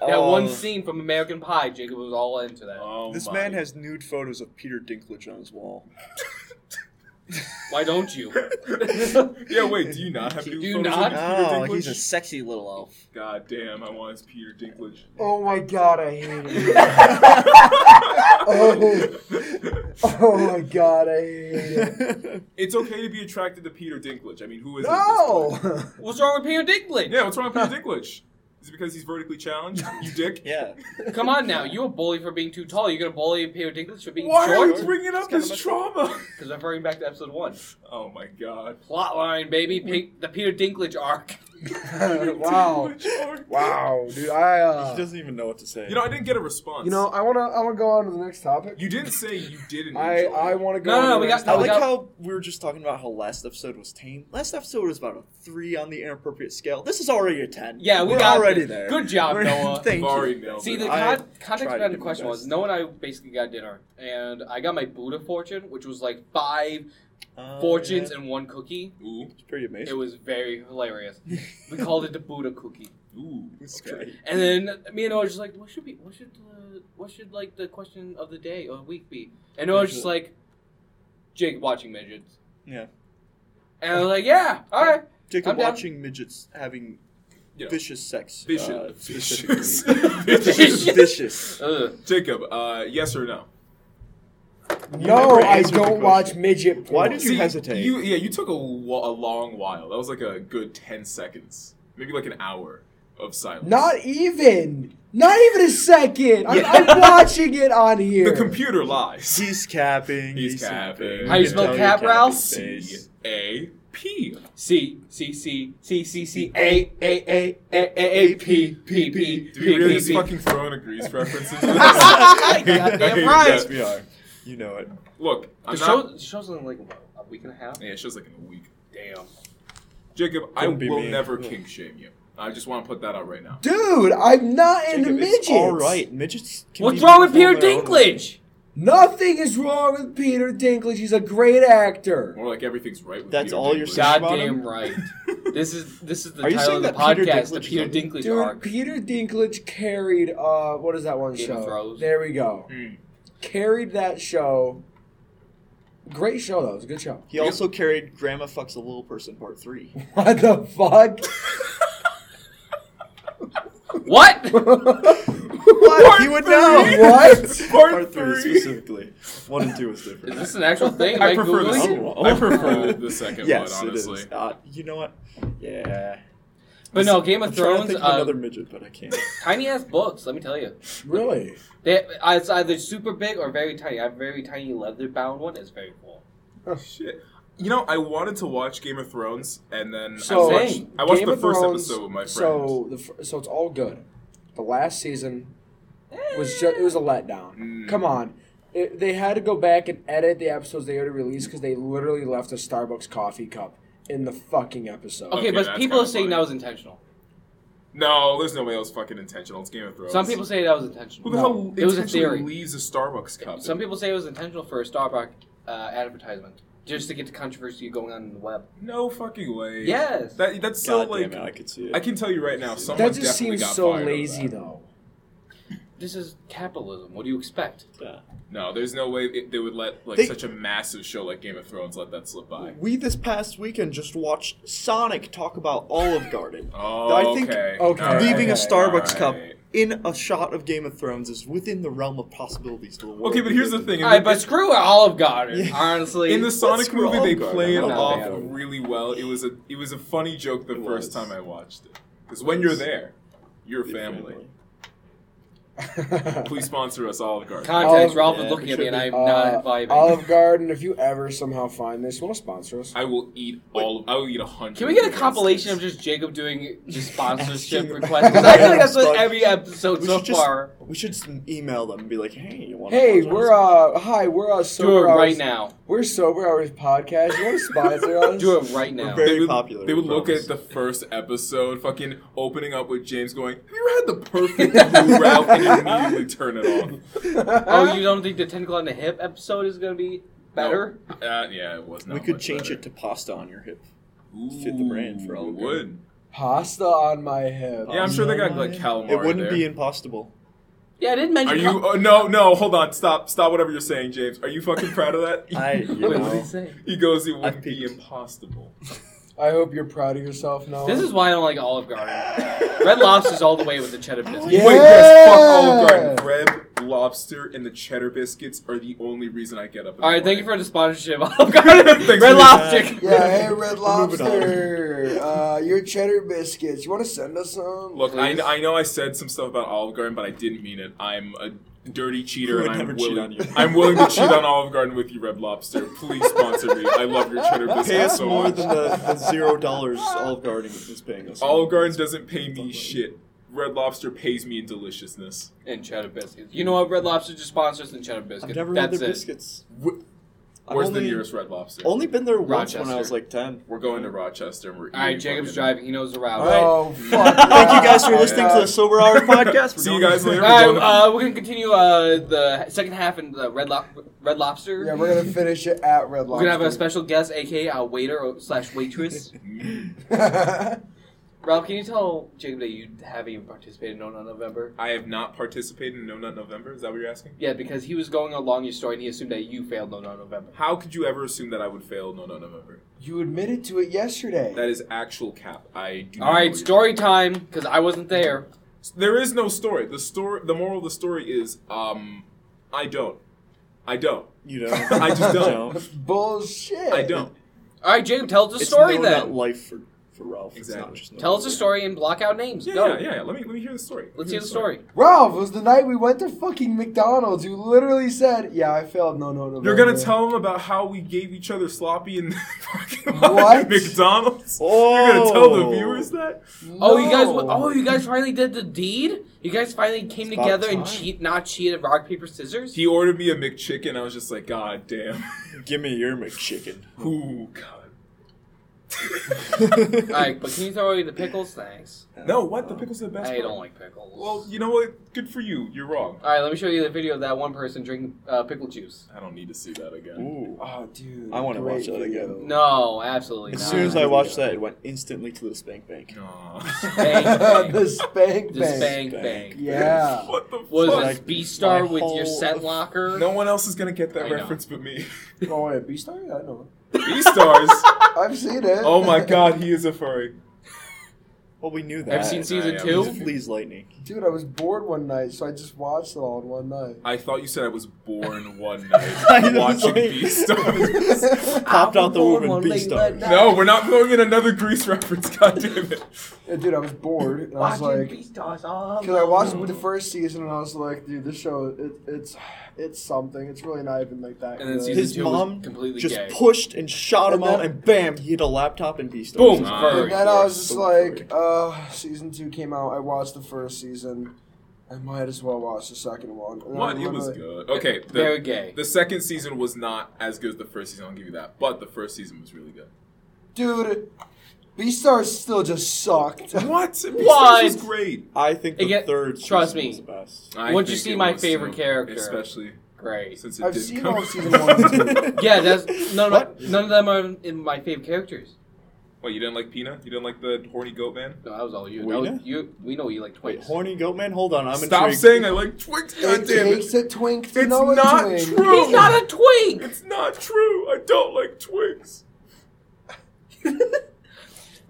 [SPEAKER 3] That
[SPEAKER 4] Oh,
[SPEAKER 3] one scene from American Pie, Jacob was all into that.
[SPEAKER 5] Oh
[SPEAKER 4] This
[SPEAKER 5] my.
[SPEAKER 4] man has nude photos of Peter Dinklage on his wall.
[SPEAKER 3] Why don't you?
[SPEAKER 5] yeah, wait. Do you not have
[SPEAKER 3] Do
[SPEAKER 5] new
[SPEAKER 3] you
[SPEAKER 5] photos
[SPEAKER 3] not?
[SPEAKER 5] of Peter Dinklage?
[SPEAKER 4] Oh, sexy little elf.
[SPEAKER 5] God damn, I want his Peter Dinklage.
[SPEAKER 1] Oh my god, I hate it. Oh. Oh my god, I hate it.
[SPEAKER 5] it's okay to be attracted to Peter Dinklage. I mean, who is it? at this point?
[SPEAKER 1] No!
[SPEAKER 3] What's wrong with Peter Dinklage?
[SPEAKER 5] Yeah, what's wrong with Peter Dinklage? Is it because he's vertically challenged? You dick.
[SPEAKER 4] yeah.
[SPEAKER 3] Come on now, you a bully for being too tall. You're gonna bully Peter Dinklage for being
[SPEAKER 5] Why are
[SPEAKER 3] short?
[SPEAKER 5] you bringing up
[SPEAKER 4] It's
[SPEAKER 5] this trauma?
[SPEAKER 3] Because I'm referring back to episode one.
[SPEAKER 5] Oh my god.
[SPEAKER 3] Plotline, baby. Pe- the Peter Dinklage arc.
[SPEAKER 1] Uh, wow. Wow, dude. I
[SPEAKER 4] He
[SPEAKER 1] uh,
[SPEAKER 4] doesn't even know what to say.
[SPEAKER 5] You know, I didn't get a response.
[SPEAKER 1] You know, I want to I want to go on to the next topic.
[SPEAKER 5] you didn't say you didn't.
[SPEAKER 1] I
[SPEAKER 5] enjoy
[SPEAKER 1] I
[SPEAKER 5] it.
[SPEAKER 1] want to go
[SPEAKER 3] No,
[SPEAKER 1] on
[SPEAKER 3] no,
[SPEAKER 1] to
[SPEAKER 3] we
[SPEAKER 1] the
[SPEAKER 3] got-
[SPEAKER 1] next
[SPEAKER 4] I
[SPEAKER 3] no, we
[SPEAKER 1] topic.
[SPEAKER 4] like
[SPEAKER 3] got-
[SPEAKER 4] how we were just talking about how last episode was tame. Last episode was about a three on the inappropriate scale. This is already a ten.
[SPEAKER 3] Yeah, we
[SPEAKER 4] we're
[SPEAKER 3] got
[SPEAKER 4] already
[SPEAKER 3] this.
[SPEAKER 4] there.
[SPEAKER 3] Good job,
[SPEAKER 4] We're-
[SPEAKER 3] Noah.
[SPEAKER 4] Thank
[SPEAKER 5] You've
[SPEAKER 4] you.
[SPEAKER 5] already nailed
[SPEAKER 3] See,
[SPEAKER 5] it.
[SPEAKER 3] the
[SPEAKER 4] I
[SPEAKER 3] con- context
[SPEAKER 4] tried to
[SPEAKER 3] behind the
[SPEAKER 4] do my
[SPEAKER 3] question was:
[SPEAKER 4] best.
[SPEAKER 3] No and I basically got dinner, and I got my Buddha fortune, which was like five
[SPEAKER 4] Uh,
[SPEAKER 3] fortunes
[SPEAKER 4] yeah.
[SPEAKER 3] and one cookie.
[SPEAKER 5] Ooh,
[SPEAKER 4] It's pretty amazing.
[SPEAKER 3] It was very hilarious. We called it the Buddha cookie.
[SPEAKER 5] ooh.
[SPEAKER 4] It's
[SPEAKER 5] Okay.
[SPEAKER 4] great.
[SPEAKER 3] And then me and Noah were just like, what should be, what should, uh, what should like the question of the day or week be? And Noah was just like, Jake watching midgets.
[SPEAKER 4] Yeah.
[SPEAKER 3] And I was like, yeah, all right.
[SPEAKER 4] Jacob
[SPEAKER 3] I'm down.
[SPEAKER 4] watching midgets having
[SPEAKER 5] Yeah.
[SPEAKER 4] vicious sex.
[SPEAKER 5] Vicious.
[SPEAKER 4] uh,
[SPEAKER 5] vicious.
[SPEAKER 4] specifically. vicious. vicious.
[SPEAKER 3] Ugh.
[SPEAKER 5] Jacob, uh, yes or no?
[SPEAKER 1] No,
[SPEAKER 4] never
[SPEAKER 1] I
[SPEAKER 4] answered the
[SPEAKER 1] don't
[SPEAKER 4] question.
[SPEAKER 1] watch midget porn.
[SPEAKER 4] Why did you hesitate?
[SPEAKER 5] You, yeah, you took a, wa- a long while. That was like a good 10 seconds. Maybe like an hour of silence.
[SPEAKER 1] Not even. Not even a second. I'm, I'm watching it on here.
[SPEAKER 5] The computer lies.
[SPEAKER 4] He's capping.
[SPEAKER 5] He's capping.
[SPEAKER 3] How you spell cap, Ralph?
[SPEAKER 5] C A P.
[SPEAKER 3] C C C C C C A A A A A A P P P P
[SPEAKER 5] Do we really
[SPEAKER 3] P
[SPEAKER 5] just
[SPEAKER 3] P.
[SPEAKER 5] fucking throwing a grease reference into this?
[SPEAKER 3] Goddamn right.
[SPEAKER 4] Yes, we are. You know it.
[SPEAKER 5] Look,
[SPEAKER 3] The
[SPEAKER 5] I'm
[SPEAKER 3] show
[SPEAKER 5] not.
[SPEAKER 3] the show's only like what, a week and a half.
[SPEAKER 5] Yeah, it shows like in a week.
[SPEAKER 3] Damn.
[SPEAKER 5] Jacob, I
[SPEAKER 4] Couldn't be
[SPEAKER 5] will
[SPEAKER 4] me.
[SPEAKER 5] never kink shame you. I just want to put that out right now.
[SPEAKER 1] Dude, I'm not into
[SPEAKER 4] Jacob,
[SPEAKER 1] midgets.
[SPEAKER 4] It's all right. Midgets. Can
[SPEAKER 3] What's
[SPEAKER 4] be
[SPEAKER 3] wrong with Peter
[SPEAKER 4] beautiful in their own way.
[SPEAKER 3] Dinklage?
[SPEAKER 1] Nothing is wrong with Peter Dinklage. He's a great actor.
[SPEAKER 5] More like everything's right with
[SPEAKER 4] That's
[SPEAKER 5] Peter
[SPEAKER 4] all you're
[SPEAKER 5] Dinklage.
[SPEAKER 4] saying? about
[SPEAKER 3] Goddamn
[SPEAKER 4] him?
[SPEAKER 3] right. This is this is the
[SPEAKER 4] Are you
[SPEAKER 3] title of
[SPEAKER 4] saying
[SPEAKER 3] the
[SPEAKER 4] that Peter
[SPEAKER 3] podcast, the
[SPEAKER 4] Dinklage is
[SPEAKER 3] Peter
[SPEAKER 4] on-
[SPEAKER 3] Dinklage
[SPEAKER 1] Dude,
[SPEAKER 3] arc.
[SPEAKER 1] Peter Dinklage carried uh what is that one
[SPEAKER 3] Game of
[SPEAKER 1] show?
[SPEAKER 3] Thrones.
[SPEAKER 1] There we go.
[SPEAKER 5] Mm.
[SPEAKER 1] Carried that show. Great show though. It was a good show.
[SPEAKER 4] He also carried Grandma Fucks a Little Person Part 3.
[SPEAKER 1] What the fuck?
[SPEAKER 3] What?
[SPEAKER 4] What? He would know!
[SPEAKER 1] what?
[SPEAKER 5] Part three.
[SPEAKER 4] specifically. One and two is
[SPEAKER 3] Is
[SPEAKER 4] different.
[SPEAKER 3] this an actual thing?
[SPEAKER 5] I
[SPEAKER 3] Am
[SPEAKER 5] prefer the
[SPEAKER 3] Googling
[SPEAKER 5] second
[SPEAKER 3] it?
[SPEAKER 4] Oh,
[SPEAKER 5] one.
[SPEAKER 4] oh.
[SPEAKER 5] I prefer the second
[SPEAKER 4] yes,
[SPEAKER 5] one,
[SPEAKER 4] it
[SPEAKER 5] honestly.
[SPEAKER 4] is. Uh, you know what? Yeah.
[SPEAKER 3] But no, Game of
[SPEAKER 4] I'm trying to
[SPEAKER 3] Thrones,
[SPEAKER 4] think of
[SPEAKER 3] uh,
[SPEAKER 4] another midget, but I can't.
[SPEAKER 3] tiny ass books. Let me tell you,
[SPEAKER 1] Really?
[SPEAKER 3] they, uh, it's either super big or very tiny. I have a very tiny leather bound one. It's very cool.
[SPEAKER 5] Shit. You know, I wanted to watch Game of Thrones, and then
[SPEAKER 1] So
[SPEAKER 5] I watched, I watched
[SPEAKER 1] Game
[SPEAKER 5] the
[SPEAKER 1] of
[SPEAKER 5] first
[SPEAKER 1] Thrones,
[SPEAKER 5] episode with my friend.
[SPEAKER 1] So the fir- so it's all good. The last season was just it was a letdown.
[SPEAKER 5] Mm.
[SPEAKER 1] Come on. It, they had to go back and edit the episodes they already released because they literally left a Starbucks coffee cup in the fucking episode.
[SPEAKER 3] Okay,
[SPEAKER 5] Okay,
[SPEAKER 3] but
[SPEAKER 5] that's
[SPEAKER 3] people are
[SPEAKER 5] kinda
[SPEAKER 3] saying
[SPEAKER 5] funny.
[SPEAKER 3] that was intentional.
[SPEAKER 5] no, there's no way that was fucking intentional. It's Game of Thrones.
[SPEAKER 3] Some people say that was intentional.
[SPEAKER 5] Who the hell
[SPEAKER 3] It was a
[SPEAKER 5] intentionally
[SPEAKER 3] theory.
[SPEAKER 5] leaves a Starbucks cup?
[SPEAKER 3] Some people say it was intentional for a Starbucks uh, advertisement, just to get the controversy going on in the web.
[SPEAKER 5] No fucking way.
[SPEAKER 3] Yes.
[SPEAKER 5] That, that's so
[SPEAKER 4] God
[SPEAKER 5] like.
[SPEAKER 4] damn it, I could see it.
[SPEAKER 5] I can tell you right now, someone
[SPEAKER 1] that just
[SPEAKER 5] definitely
[SPEAKER 1] seems
[SPEAKER 5] got
[SPEAKER 1] so
[SPEAKER 5] fired over
[SPEAKER 1] lazy,
[SPEAKER 5] that.
[SPEAKER 1] though.
[SPEAKER 3] This is capitalism. What do you expect?
[SPEAKER 4] Yeah.
[SPEAKER 5] No, there's no way it, they would let like
[SPEAKER 4] They-
[SPEAKER 5] such a massive show like Game of Thrones let that slip by.
[SPEAKER 4] We this past weekend just watched Sonic talk about Olive Garden.
[SPEAKER 5] Oh,
[SPEAKER 4] I think
[SPEAKER 5] okay.
[SPEAKER 1] Okay.
[SPEAKER 5] All right,
[SPEAKER 4] Leaving a
[SPEAKER 1] okay,
[SPEAKER 4] Starbucks
[SPEAKER 5] all
[SPEAKER 4] cup
[SPEAKER 5] right.
[SPEAKER 4] in a shot of Game of Thrones is within the realm of possibilities to the world.
[SPEAKER 5] Okay, but here's the thing.
[SPEAKER 3] All right, but screw Olive Garden.
[SPEAKER 4] Yeah.
[SPEAKER 3] Honestly,
[SPEAKER 5] In the Sonic
[SPEAKER 4] screw
[SPEAKER 5] movie, they
[SPEAKER 4] Olive Garden.
[SPEAKER 5] play it
[SPEAKER 4] I'm
[SPEAKER 3] not
[SPEAKER 5] off
[SPEAKER 3] bad.
[SPEAKER 5] really well. It was a it was a funny joke the
[SPEAKER 4] It
[SPEAKER 5] first
[SPEAKER 4] was.
[SPEAKER 5] time I watched it. Because when you're there, you're
[SPEAKER 4] Your
[SPEAKER 5] family. Please sponsor us, Olive Garden.
[SPEAKER 3] context.
[SPEAKER 1] Olive-
[SPEAKER 3] Ralph
[SPEAKER 4] Yeah,
[SPEAKER 3] is looking at
[SPEAKER 4] it
[SPEAKER 3] me, and
[SPEAKER 4] should
[SPEAKER 3] I'm
[SPEAKER 1] Uh,
[SPEAKER 3] not vibing.
[SPEAKER 1] Olive Garden, if you ever somehow find this, you want to sponsor us?
[SPEAKER 5] I will eat all. Of, I will eat a hundred.
[SPEAKER 3] Can we get a
[SPEAKER 5] breadsticks.
[SPEAKER 3] compilation of just Jacob doing just sponsorship
[SPEAKER 4] Asking-
[SPEAKER 3] requests? 'Cause I feel like that's what every episode
[SPEAKER 4] We
[SPEAKER 3] so
[SPEAKER 4] should just-
[SPEAKER 3] far.
[SPEAKER 4] We should s- email them and be like, hey, you want
[SPEAKER 1] Hey, we're uh, hi, we're uh,
[SPEAKER 3] Do it
[SPEAKER 1] sober
[SPEAKER 3] right
[SPEAKER 1] Hours-
[SPEAKER 3] now.
[SPEAKER 1] We're sober hours podcast. You want to sponsor us?
[SPEAKER 3] Do it right now.
[SPEAKER 4] very
[SPEAKER 5] would,
[SPEAKER 4] popular,
[SPEAKER 5] They
[SPEAKER 4] we
[SPEAKER 5] would look
[SPEAKER 4] promise.
[SPEAKER 5] at the first episode, fucking opening up with James going, "Have you had the perfect blue Ralph?" and immediately turn it off.
[SPEAKER 3] Oh,
[SPEAKER 1] Ah.
[SPEAKER 3] you don't think the tentacle on the hip episode is gonna be better?
[SPEAKER 5] Uh, yeah, it was not.
[SPEAKER 4] We could
[SPEAKER 5] much
[SPEAKER 4] change
[SPEAKER 5] better.
[SPEAKER 4] it to pasta on your hip.
[SPEAKER 5] Ooh,
[SPEAKER 4] fit the brand for all
[SPEAKER 5] it
[SPEAKER 4] good.
[SPEAKER 5] would.
[SPEAKER 1] pasta on my hip.
[SPEAKER 5] Yeah, I'm sure they got like calamari.
[SPEAKER 4] It wouldn't
[SPEAKER 5] there.
[SPEAKER 4] be impossible.
[SPEAKER 3] Yeah, I didn't mention.
[SPEAKER 5] Are you? Oh, no, no. Hold on. Stop. Stop. Whatever you're saying, James. Are you fucking proud of that?
[SPEAKER 4] I- you
[SPEAKER 3] Wait, what
[SPEAKER 4] know.
[SPEAKER 3] did he say?
[SPEAKER 5] He goes, "It wouldn't be
[SPEAKER 4] peeked.
[SPEAKER 5] impossible."
[SPEAKER 1] I hope you're proud of yourself, Noah.
[SPEAKER 3] This is why I don't like Olive Garden. Red Lobster's all the way with the cheddar biscuit.
[SPEAKER 1] Yeah.
[SPEAKER 5] Wait, yes. Fuck Olive Garden. Bread, lobster, and the cheddar biscuits are the only reason I get up. in the
[SPEAKER 3] All right, thank you for the
[SPEAKER 5] morning.
[SPEAKER 3] sponsorship, Olive Garden.
[SPEAKER 5] Thanks for
[SPEAKER 3] Red
[SPEAKER 5] your
[SPEAKER 3] Lobster.
[SPEAKER 1] Yeah, hey, Red
[SPEAKER 4] We're moving on.
[SPEAKER 1] Lobster. Uh, your cheddar biscuits. You want to send us some?
[SPEAKER 5] Look, I,
[SPEAKER 3] Please.
[SPEAKER 5] I know I said some stuff about Olive Garden, but I didn't mean it. I'm a dirty cheater,
[SPEAKER 4] Who would
[SPEAKER 5] and
[SPEAKER 4] never
[SPEAKER 5] I'm
[SPEAKER 4] cheat
[SPEAKER 5] willing.
[SPEAKER 4] on you?
[SPEAKER 5] I'm willing to cheat on Olive Garden with you, Red Lobster. Please sponsor me. I love your cheddar biscuits
[SPEAKER 4] Pay us
[SPEAKER 5] so
[SPEAKER 4] more
[SPEAKER 5] much.
[SPEAKER 4] than the, the zero dollars Olive Garden is paying us.
[SPEAKER 5] Olive Garden doesn't pay me shit. Red Lobster pays me in deliciousness.
[SPEAKER 3] And cheddar biscuits. You know what? Red Lobster just sponsors and cheddar biscuits.
[SPEAKER 4] I've never had
[SPEAKER 3] That's
[SPEAKER 4] their
[SPEAKER 3] it.
[SPEAKER 4] biscuits. I've
[SPEAKER 5] Where's
[SPEAKER 4] only,
[SPEAKER 5] the nearest Red Lobster?
[SPEAKER 4] Only been there once when I
[SPEAKER 3] Rochester.
[SPEAKER 4] was like ten.
[SPEAKER 5] We're going to Rochester. And we're
[SPEAKER 3] All right,
[SPEAKER 5] eating
[SPEAKER 3] Jacob's
[SPEAKER 5] fucking-
[SPEAKER 3] driving. He knows the route. All
[SPEAKER 1] Oh, fuck.
[SPEAKER 4] Thank you guys for
[SPEAKER 5] Oh,
[SPEAKER 4] listening to
[SPEAKER 1] Yeah.
[SPEAKER 4] the Sober Hour podcast. We're
[SPEAKER 5] See you
[SPEAKER 4] going-
[SPEAKER 5] guys later.
[SPEAKER 3] right, uh, we're gonna continue uh, the second half in the Red, Lo- Red Lobster.
[SPEAKER 1] Yeah, we're gonna finish it at Red
[SPEAKER 3] We're
[SPEAKER 1] Lobster.
[SPEAKER 3] gonna have a special guest, aka our waiter or- slash waitress.
[SPEAKER 4] um,
[SPEAKER 5] Mm.
[SPEAKER 1] special.
[SPEAKER 3] Ralph, can you tell Jacob that you haven't even participated in No Nut November?
[SPEAKER 5] I have not participated in No Nut November. Is that what you're asking?
[SPEAKER 3] Yeah, because he was going along your story and he assumed that you failed No Nut November.
[SPEAKER 5] How could you ever assume that I would fail No Nut November?
[SPEAKER 1] you admitted to it yesterday.
[SPEAKER 5] That is actual cap. I do.
[SPEAKER 3] All right,
[SPEAKER 5] not-
[SPEAKER 3] story time, because I wasn't there.
[SPEAKER 5] There is no story. The story. The moral of the story is, um, I don't. I don't.
[SPEAKER 4] You know,
[SPEAKER 5] I just don't.
[SPEAKER 1] Bullshit.
[SPEAKER 5] I don't.
[SPEAKER 3] All right, Jacob, tell us a
[SPEAKER 4] It's
[SPEAKER 3] story
[SPEAKER 4] no
[SPEAKER 3] then.
[SPEAKER 4] Nut life for, for Ralph. It's not
[SPEAKER 5] Exactly.
[SPEAKER 4] just no
[SPEAKER 3] Tell
[SPEAKER 4] Nut
[SPEAKER 3] us a
[SPEAKER 4] Life.
[SPEAKER 3] story and block out names.
[SPEAKER 5] Yeah,
[SPEAKER 3] Go.
[SPEAKER 5] yeah, yeah, yeah. Let me let me hear the story. Let
[SPEAKER 3] Let's
[SPEAKER 5] me
[SPEAKER 3] hear the story.
[SPEAKER 1] Ralph, it was the night we went to fucking McDonald's. You literally said, "Yeah, I failed." No, no, no.
[SPEAKER 5] You're
[SPEAKER 1] no,
[SPEAKER 5] gonna
[SPEAKER 1] no."
[SPEAKER 5] tell them about how we gave each other sloppy in the parking lot
[SPEAKER 1] What?
[SPEAKER 5] at McDonald's.
[SPEAKER 4] Oh,
[SPEAKER 5] You're gonna tell the viewers that?
[SPEAKER 3] Oh, you guys!
[SPEAKER 1] No.
[SPEAKER 3] Oh, you guys finally did the deed. You guys finally came
[SPEAKER 4] about
[SPEAKER 3] together and
[SPEAKER 4] time.
[SPEAKER 3] cheat, not cheat at rock paper scissors.
[SPEAKER 5] He ordered me a McChicken. I was just like, God damn.
[SPEAKER 4] Give me your McChicken.
[SPEAKER 5] Ooh, God.
[SPEAKER 3] All right, but can you throw away the pickles? Thanks.
[SPEAKER 5] No, what? The pickle's the best.
[SPEAKER 3] I
[SPEAKER 5] part.
[SPEAKER 3] don't like pickles.
[SPEAKER 5] Well, you know what? Good for you. You're wrong.
[SPEAKER 3] all right, let me show you the video of that one person drinking uh, pickle juice.
[SPEAKER 5] I don't need to see that again.
[SPEAKER 4] Ooh.
[SPEAKER 1] Oh, dude.
[SPEAKER 4] I wanna
[SPEAKER 1] great
[SPEAKER 4] watch that
[SPEAKER 1] video.
[SPEAKER 4] again.
[SPEAKER 3] No, absolutely
[SPEAKER 4] As
[SPEAKER 3] not.
[SPEAKER 4] soon as I watched that, it went instantly to the spank bank.
[SPEAKER 5] Aw.
[SPEAKER 3] Bang,
[SPEAKER 1] the spank
[SPEAKER 3] the
[SPEAKER 1] bank.
[SPEAKER 3] spank
[SPEAKER 4] Bang.
[SPEAKER 3] bang.
[SPEAKER 1] Yeah.
[SPEAKER 5] What the
[SPEAKER 3] Was
[SPEAKER 5] fuck?
[SPEAKER 3] this
[SPEAKER 4] Like,
[SPEAKER 3] B Star
[SPEAKER 4] my
[SPEAKER 3] with your
[SPEAKER 4] whole-
[SPEAKER 3] set locker?
[SPEAKER 5] No one else is gonna get that
[SPEAKER 3] I know.
[SPEAKER 5] reference but me.
[SPEAKER 1] oh, wait, B star? I know.
[SPEAKER 5] B stars.
[SPEAKER 1] I've seen it.
[SPEAKER 5] Oh my god, he is a furry.
[SPEAKER 4] Well, we knew that.
[SPEAKER 3] I've seen season
[SPEAKER 5] yeah,
[SPEAKER 4] It
[SPEAKER 3] two.
[SPEAKER 4] was Fleas lightning.
[SPEAKER 1] Dude, I was bored one night, so I just watched it all in one night.
[SPEAKER 5] I thought you said I was born one
[SPEAKER 4] I
[SPEAKER 5] night
[SPEAKER 4] was
[SPEAKER 5] watching
[SPEAKER 4] like-
[SPEAKER 5] B stars.
[SPEAKER 4] Popped out the
[SPEAKER 3] Apple
[SPEAKER 4] woman
[SPEAKER 3] one
[SPEAKER 4] B
[SPEAKER 3] leg
[SPEAKER 4] star.
[SPEAKER 3] like that.
[SPEAKER 5] No, we're not throwing in another Grease reference. God damn it.
[SPEAKER 1] Yeah, dude, I was bored, and I was like,
[SPEAKER 3] B Stars all
[SPEAKER 1] because I watched the first season, and I was like, dude, this show, it, it's, it's something. It's really not even like that.
[SPEAKER 3] And then
[SPEAKER 1] good.
[SPEAKER 3] season
[SPEAKER 4] His
[SPEAKER 3] two was
[SPEAKER 4] mom
[SPEAKER 3] completely
[SPEAKER 4] just
[SPEAKER 3] gay.
[SPEAKER 4] pushed and shot him
[SPEAKER 1] And
[SPEAKER 4] out,
[SPEAKER 1] then-
[SPEAKER 4] and bam, he hit a laptop and B star.
[SPEAKER 3] Boom.
[SPEAKER 5] Nice.
[SPEAKER 1] And
[SPEAKER 3] Furry.
[SPEAKER 1] then I was just
[SPEAKER 4] So
[SPEAKER 1] like,
[SPEAKER 4] furry.
[SPEAKER 1] uh, season two came out. I watched the first season. I might as well watch the second one. And I
[SPEAKER 5] What? It was
[SPEAKER 1] literally-
[SPEAKER 5] good. Okay,
[SPEAKER 3] Very
[SPEAKER 5] the,
[SPEAKER 3] gay.
[SPEAKER 5] the second season was not as good as the first season, I'll give you that. But the first season was really good.
[SPEAKER 1] Dude, B stars still just sucked.
[SPEAKER 5] What? B stars
[SPEAKER 3] What?
[SPEAKER 5] was great.
[SPEAKER 4] I think the
[SPEAKER 3] Again,
[SPEAKER 4] third.
[SPEAKER 3] trust
[SPEAKER 4] season
[SPEAKER 3] me.
[SPEAKER 4] was the best.
[SPEAKER 5] I
[SPEAKER 3] Once you
[SPEAKER 5] think
[SPEAKER 3] see
[SPEAKER 5] it
[SPEAKER 3] my
[SPEAKER 5] was,
[SPEAKER 3] favorite
[SPEAKER 5] too,
[SPEAKER 3] character.
[SPEAKER 5] Especially
[SPEAKER 3] Great.
[SPEAKER 5] since it
[SPEAKER 1] I've
[SPEAKER 5] did
[SPEAKER 1] seen
[SPEAKER 5] come
[SPEAKER 1] all of season one and two.
[SPEAKER 3] Yeah, that's none
[SPEAKER 4] What?
[SPEAKER 3] of none of them are in my favorite characters.
[SPEAKER 5] What, you didn't like Peanut? You didn't like the horny goat man?
[SPEAKER 3] No, that was all you.
[SPEAKER 4] We
[SPEAKER 3] That was-
[SPEAKER 4] know.
[SPEAKER 3] you we know you like
[SPEAKER 4] Wait,
[SPEAKER 3] twins.
[SPEAKER 4] horny goat man. Hold on, I'm
[SPEAKER 5] Stop
[SPEAKER 4] intrigued.
[SPEAKER 5] saying I like Twix. God
[SPEAKER 1] it
[SPEAKER 5] damn it.
[SPEAKER 1] takes a twink to
[SPEAKER 5] It's
[SPEAKER 1] know a
[SPEAKER 5] not
[SPEAKER 1] twink.
[SPEAKER 5] true.
[SPEAKER 3] He's not a twink.
[SPEAKER 5] It's not true. I don't like Twix.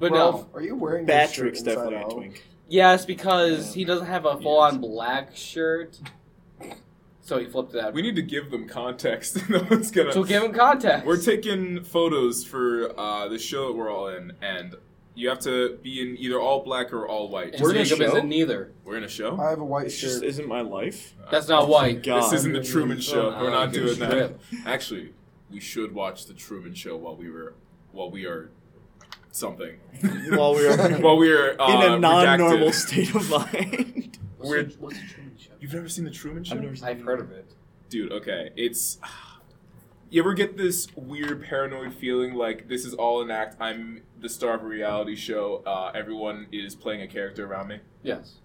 [SPEAKER 3] But
[SPEAKER 1] Ralph,
[SPEAKER 3] no,
[SPEAKER 1] are you wearing this shirt
[SPEAKER 4] Patrick's
[SPEAKER 1] inside
[SPEAKER 4] definitely a
[SPEAKER 1] out?
[SPEAKER 4] twink.
[SPEAKER 3] yes, because he doesn't have a
[SPEAKER 4] He
[SPEAKER 3] full on
[SPEAKER 4] is.
[SPEAKER 3] black shirt, so he flipped it out.
[SPEAKER 5] We need to give them context. no one's gonna.
[SPEAKER 3] so give him context.
[SPEAKER 5] We're taking photos for uh, the show that we're all in, and you have to be in either all black or all white.
[SPEAKER 3] And
[SPEAKER 4] We're in a
[SPEAKER 3] Jacob
[SPEAKER 4] show?
[SPEAKER 3] isn't neither.
[SPEAKER 5] We're in a show.
[SPEAKER 1] I have a white
[SPEAKER 4] It just
[SPEAKER 1] shirt.
[SPEAKER 4] isn't my life.
[SPEAKER 5] Uh,
[SPEAKER 3] That's not
[SPEAKER 4] my
[SPEAKER 3] white.
[SPEAKER 4] God.
[SPEAKER 5] This isn't the Truman Show.
[SPEAKER 3] Oh,
[SPEAKER 5] we're not
[SPEAKER 3] good
[SPEAKER 5] doing that.
[SPEAKER 3] strip.
[SPEAKER 5] Actually, we should watch the Truman Show while we were while we are something.
[SPEAKER 4] While we are
[SPEAKER 5] while we are uh,
[SPEAKER 4] in a non-normal
[SPEAKER 5] redacted.
[SPEAKER 4] state of mind.
[SPEAKER 3] What's
[SPEAKER 5] We're-
[SPEAKER 3] the, what's the Truman Show?
[SPEAKER 5] You've never seen the Truman Show?
[SPEAKER 4] I've never seen
[SPEAKER 3] I've heard of it.
[SPEAKER 5] Dude, okay. It's. You ever get this weird paranoid feeling like this is all an act? I'm the star of a reality show. Uh, everyone is playing a character around me.
[SPEAKER 3] Yes.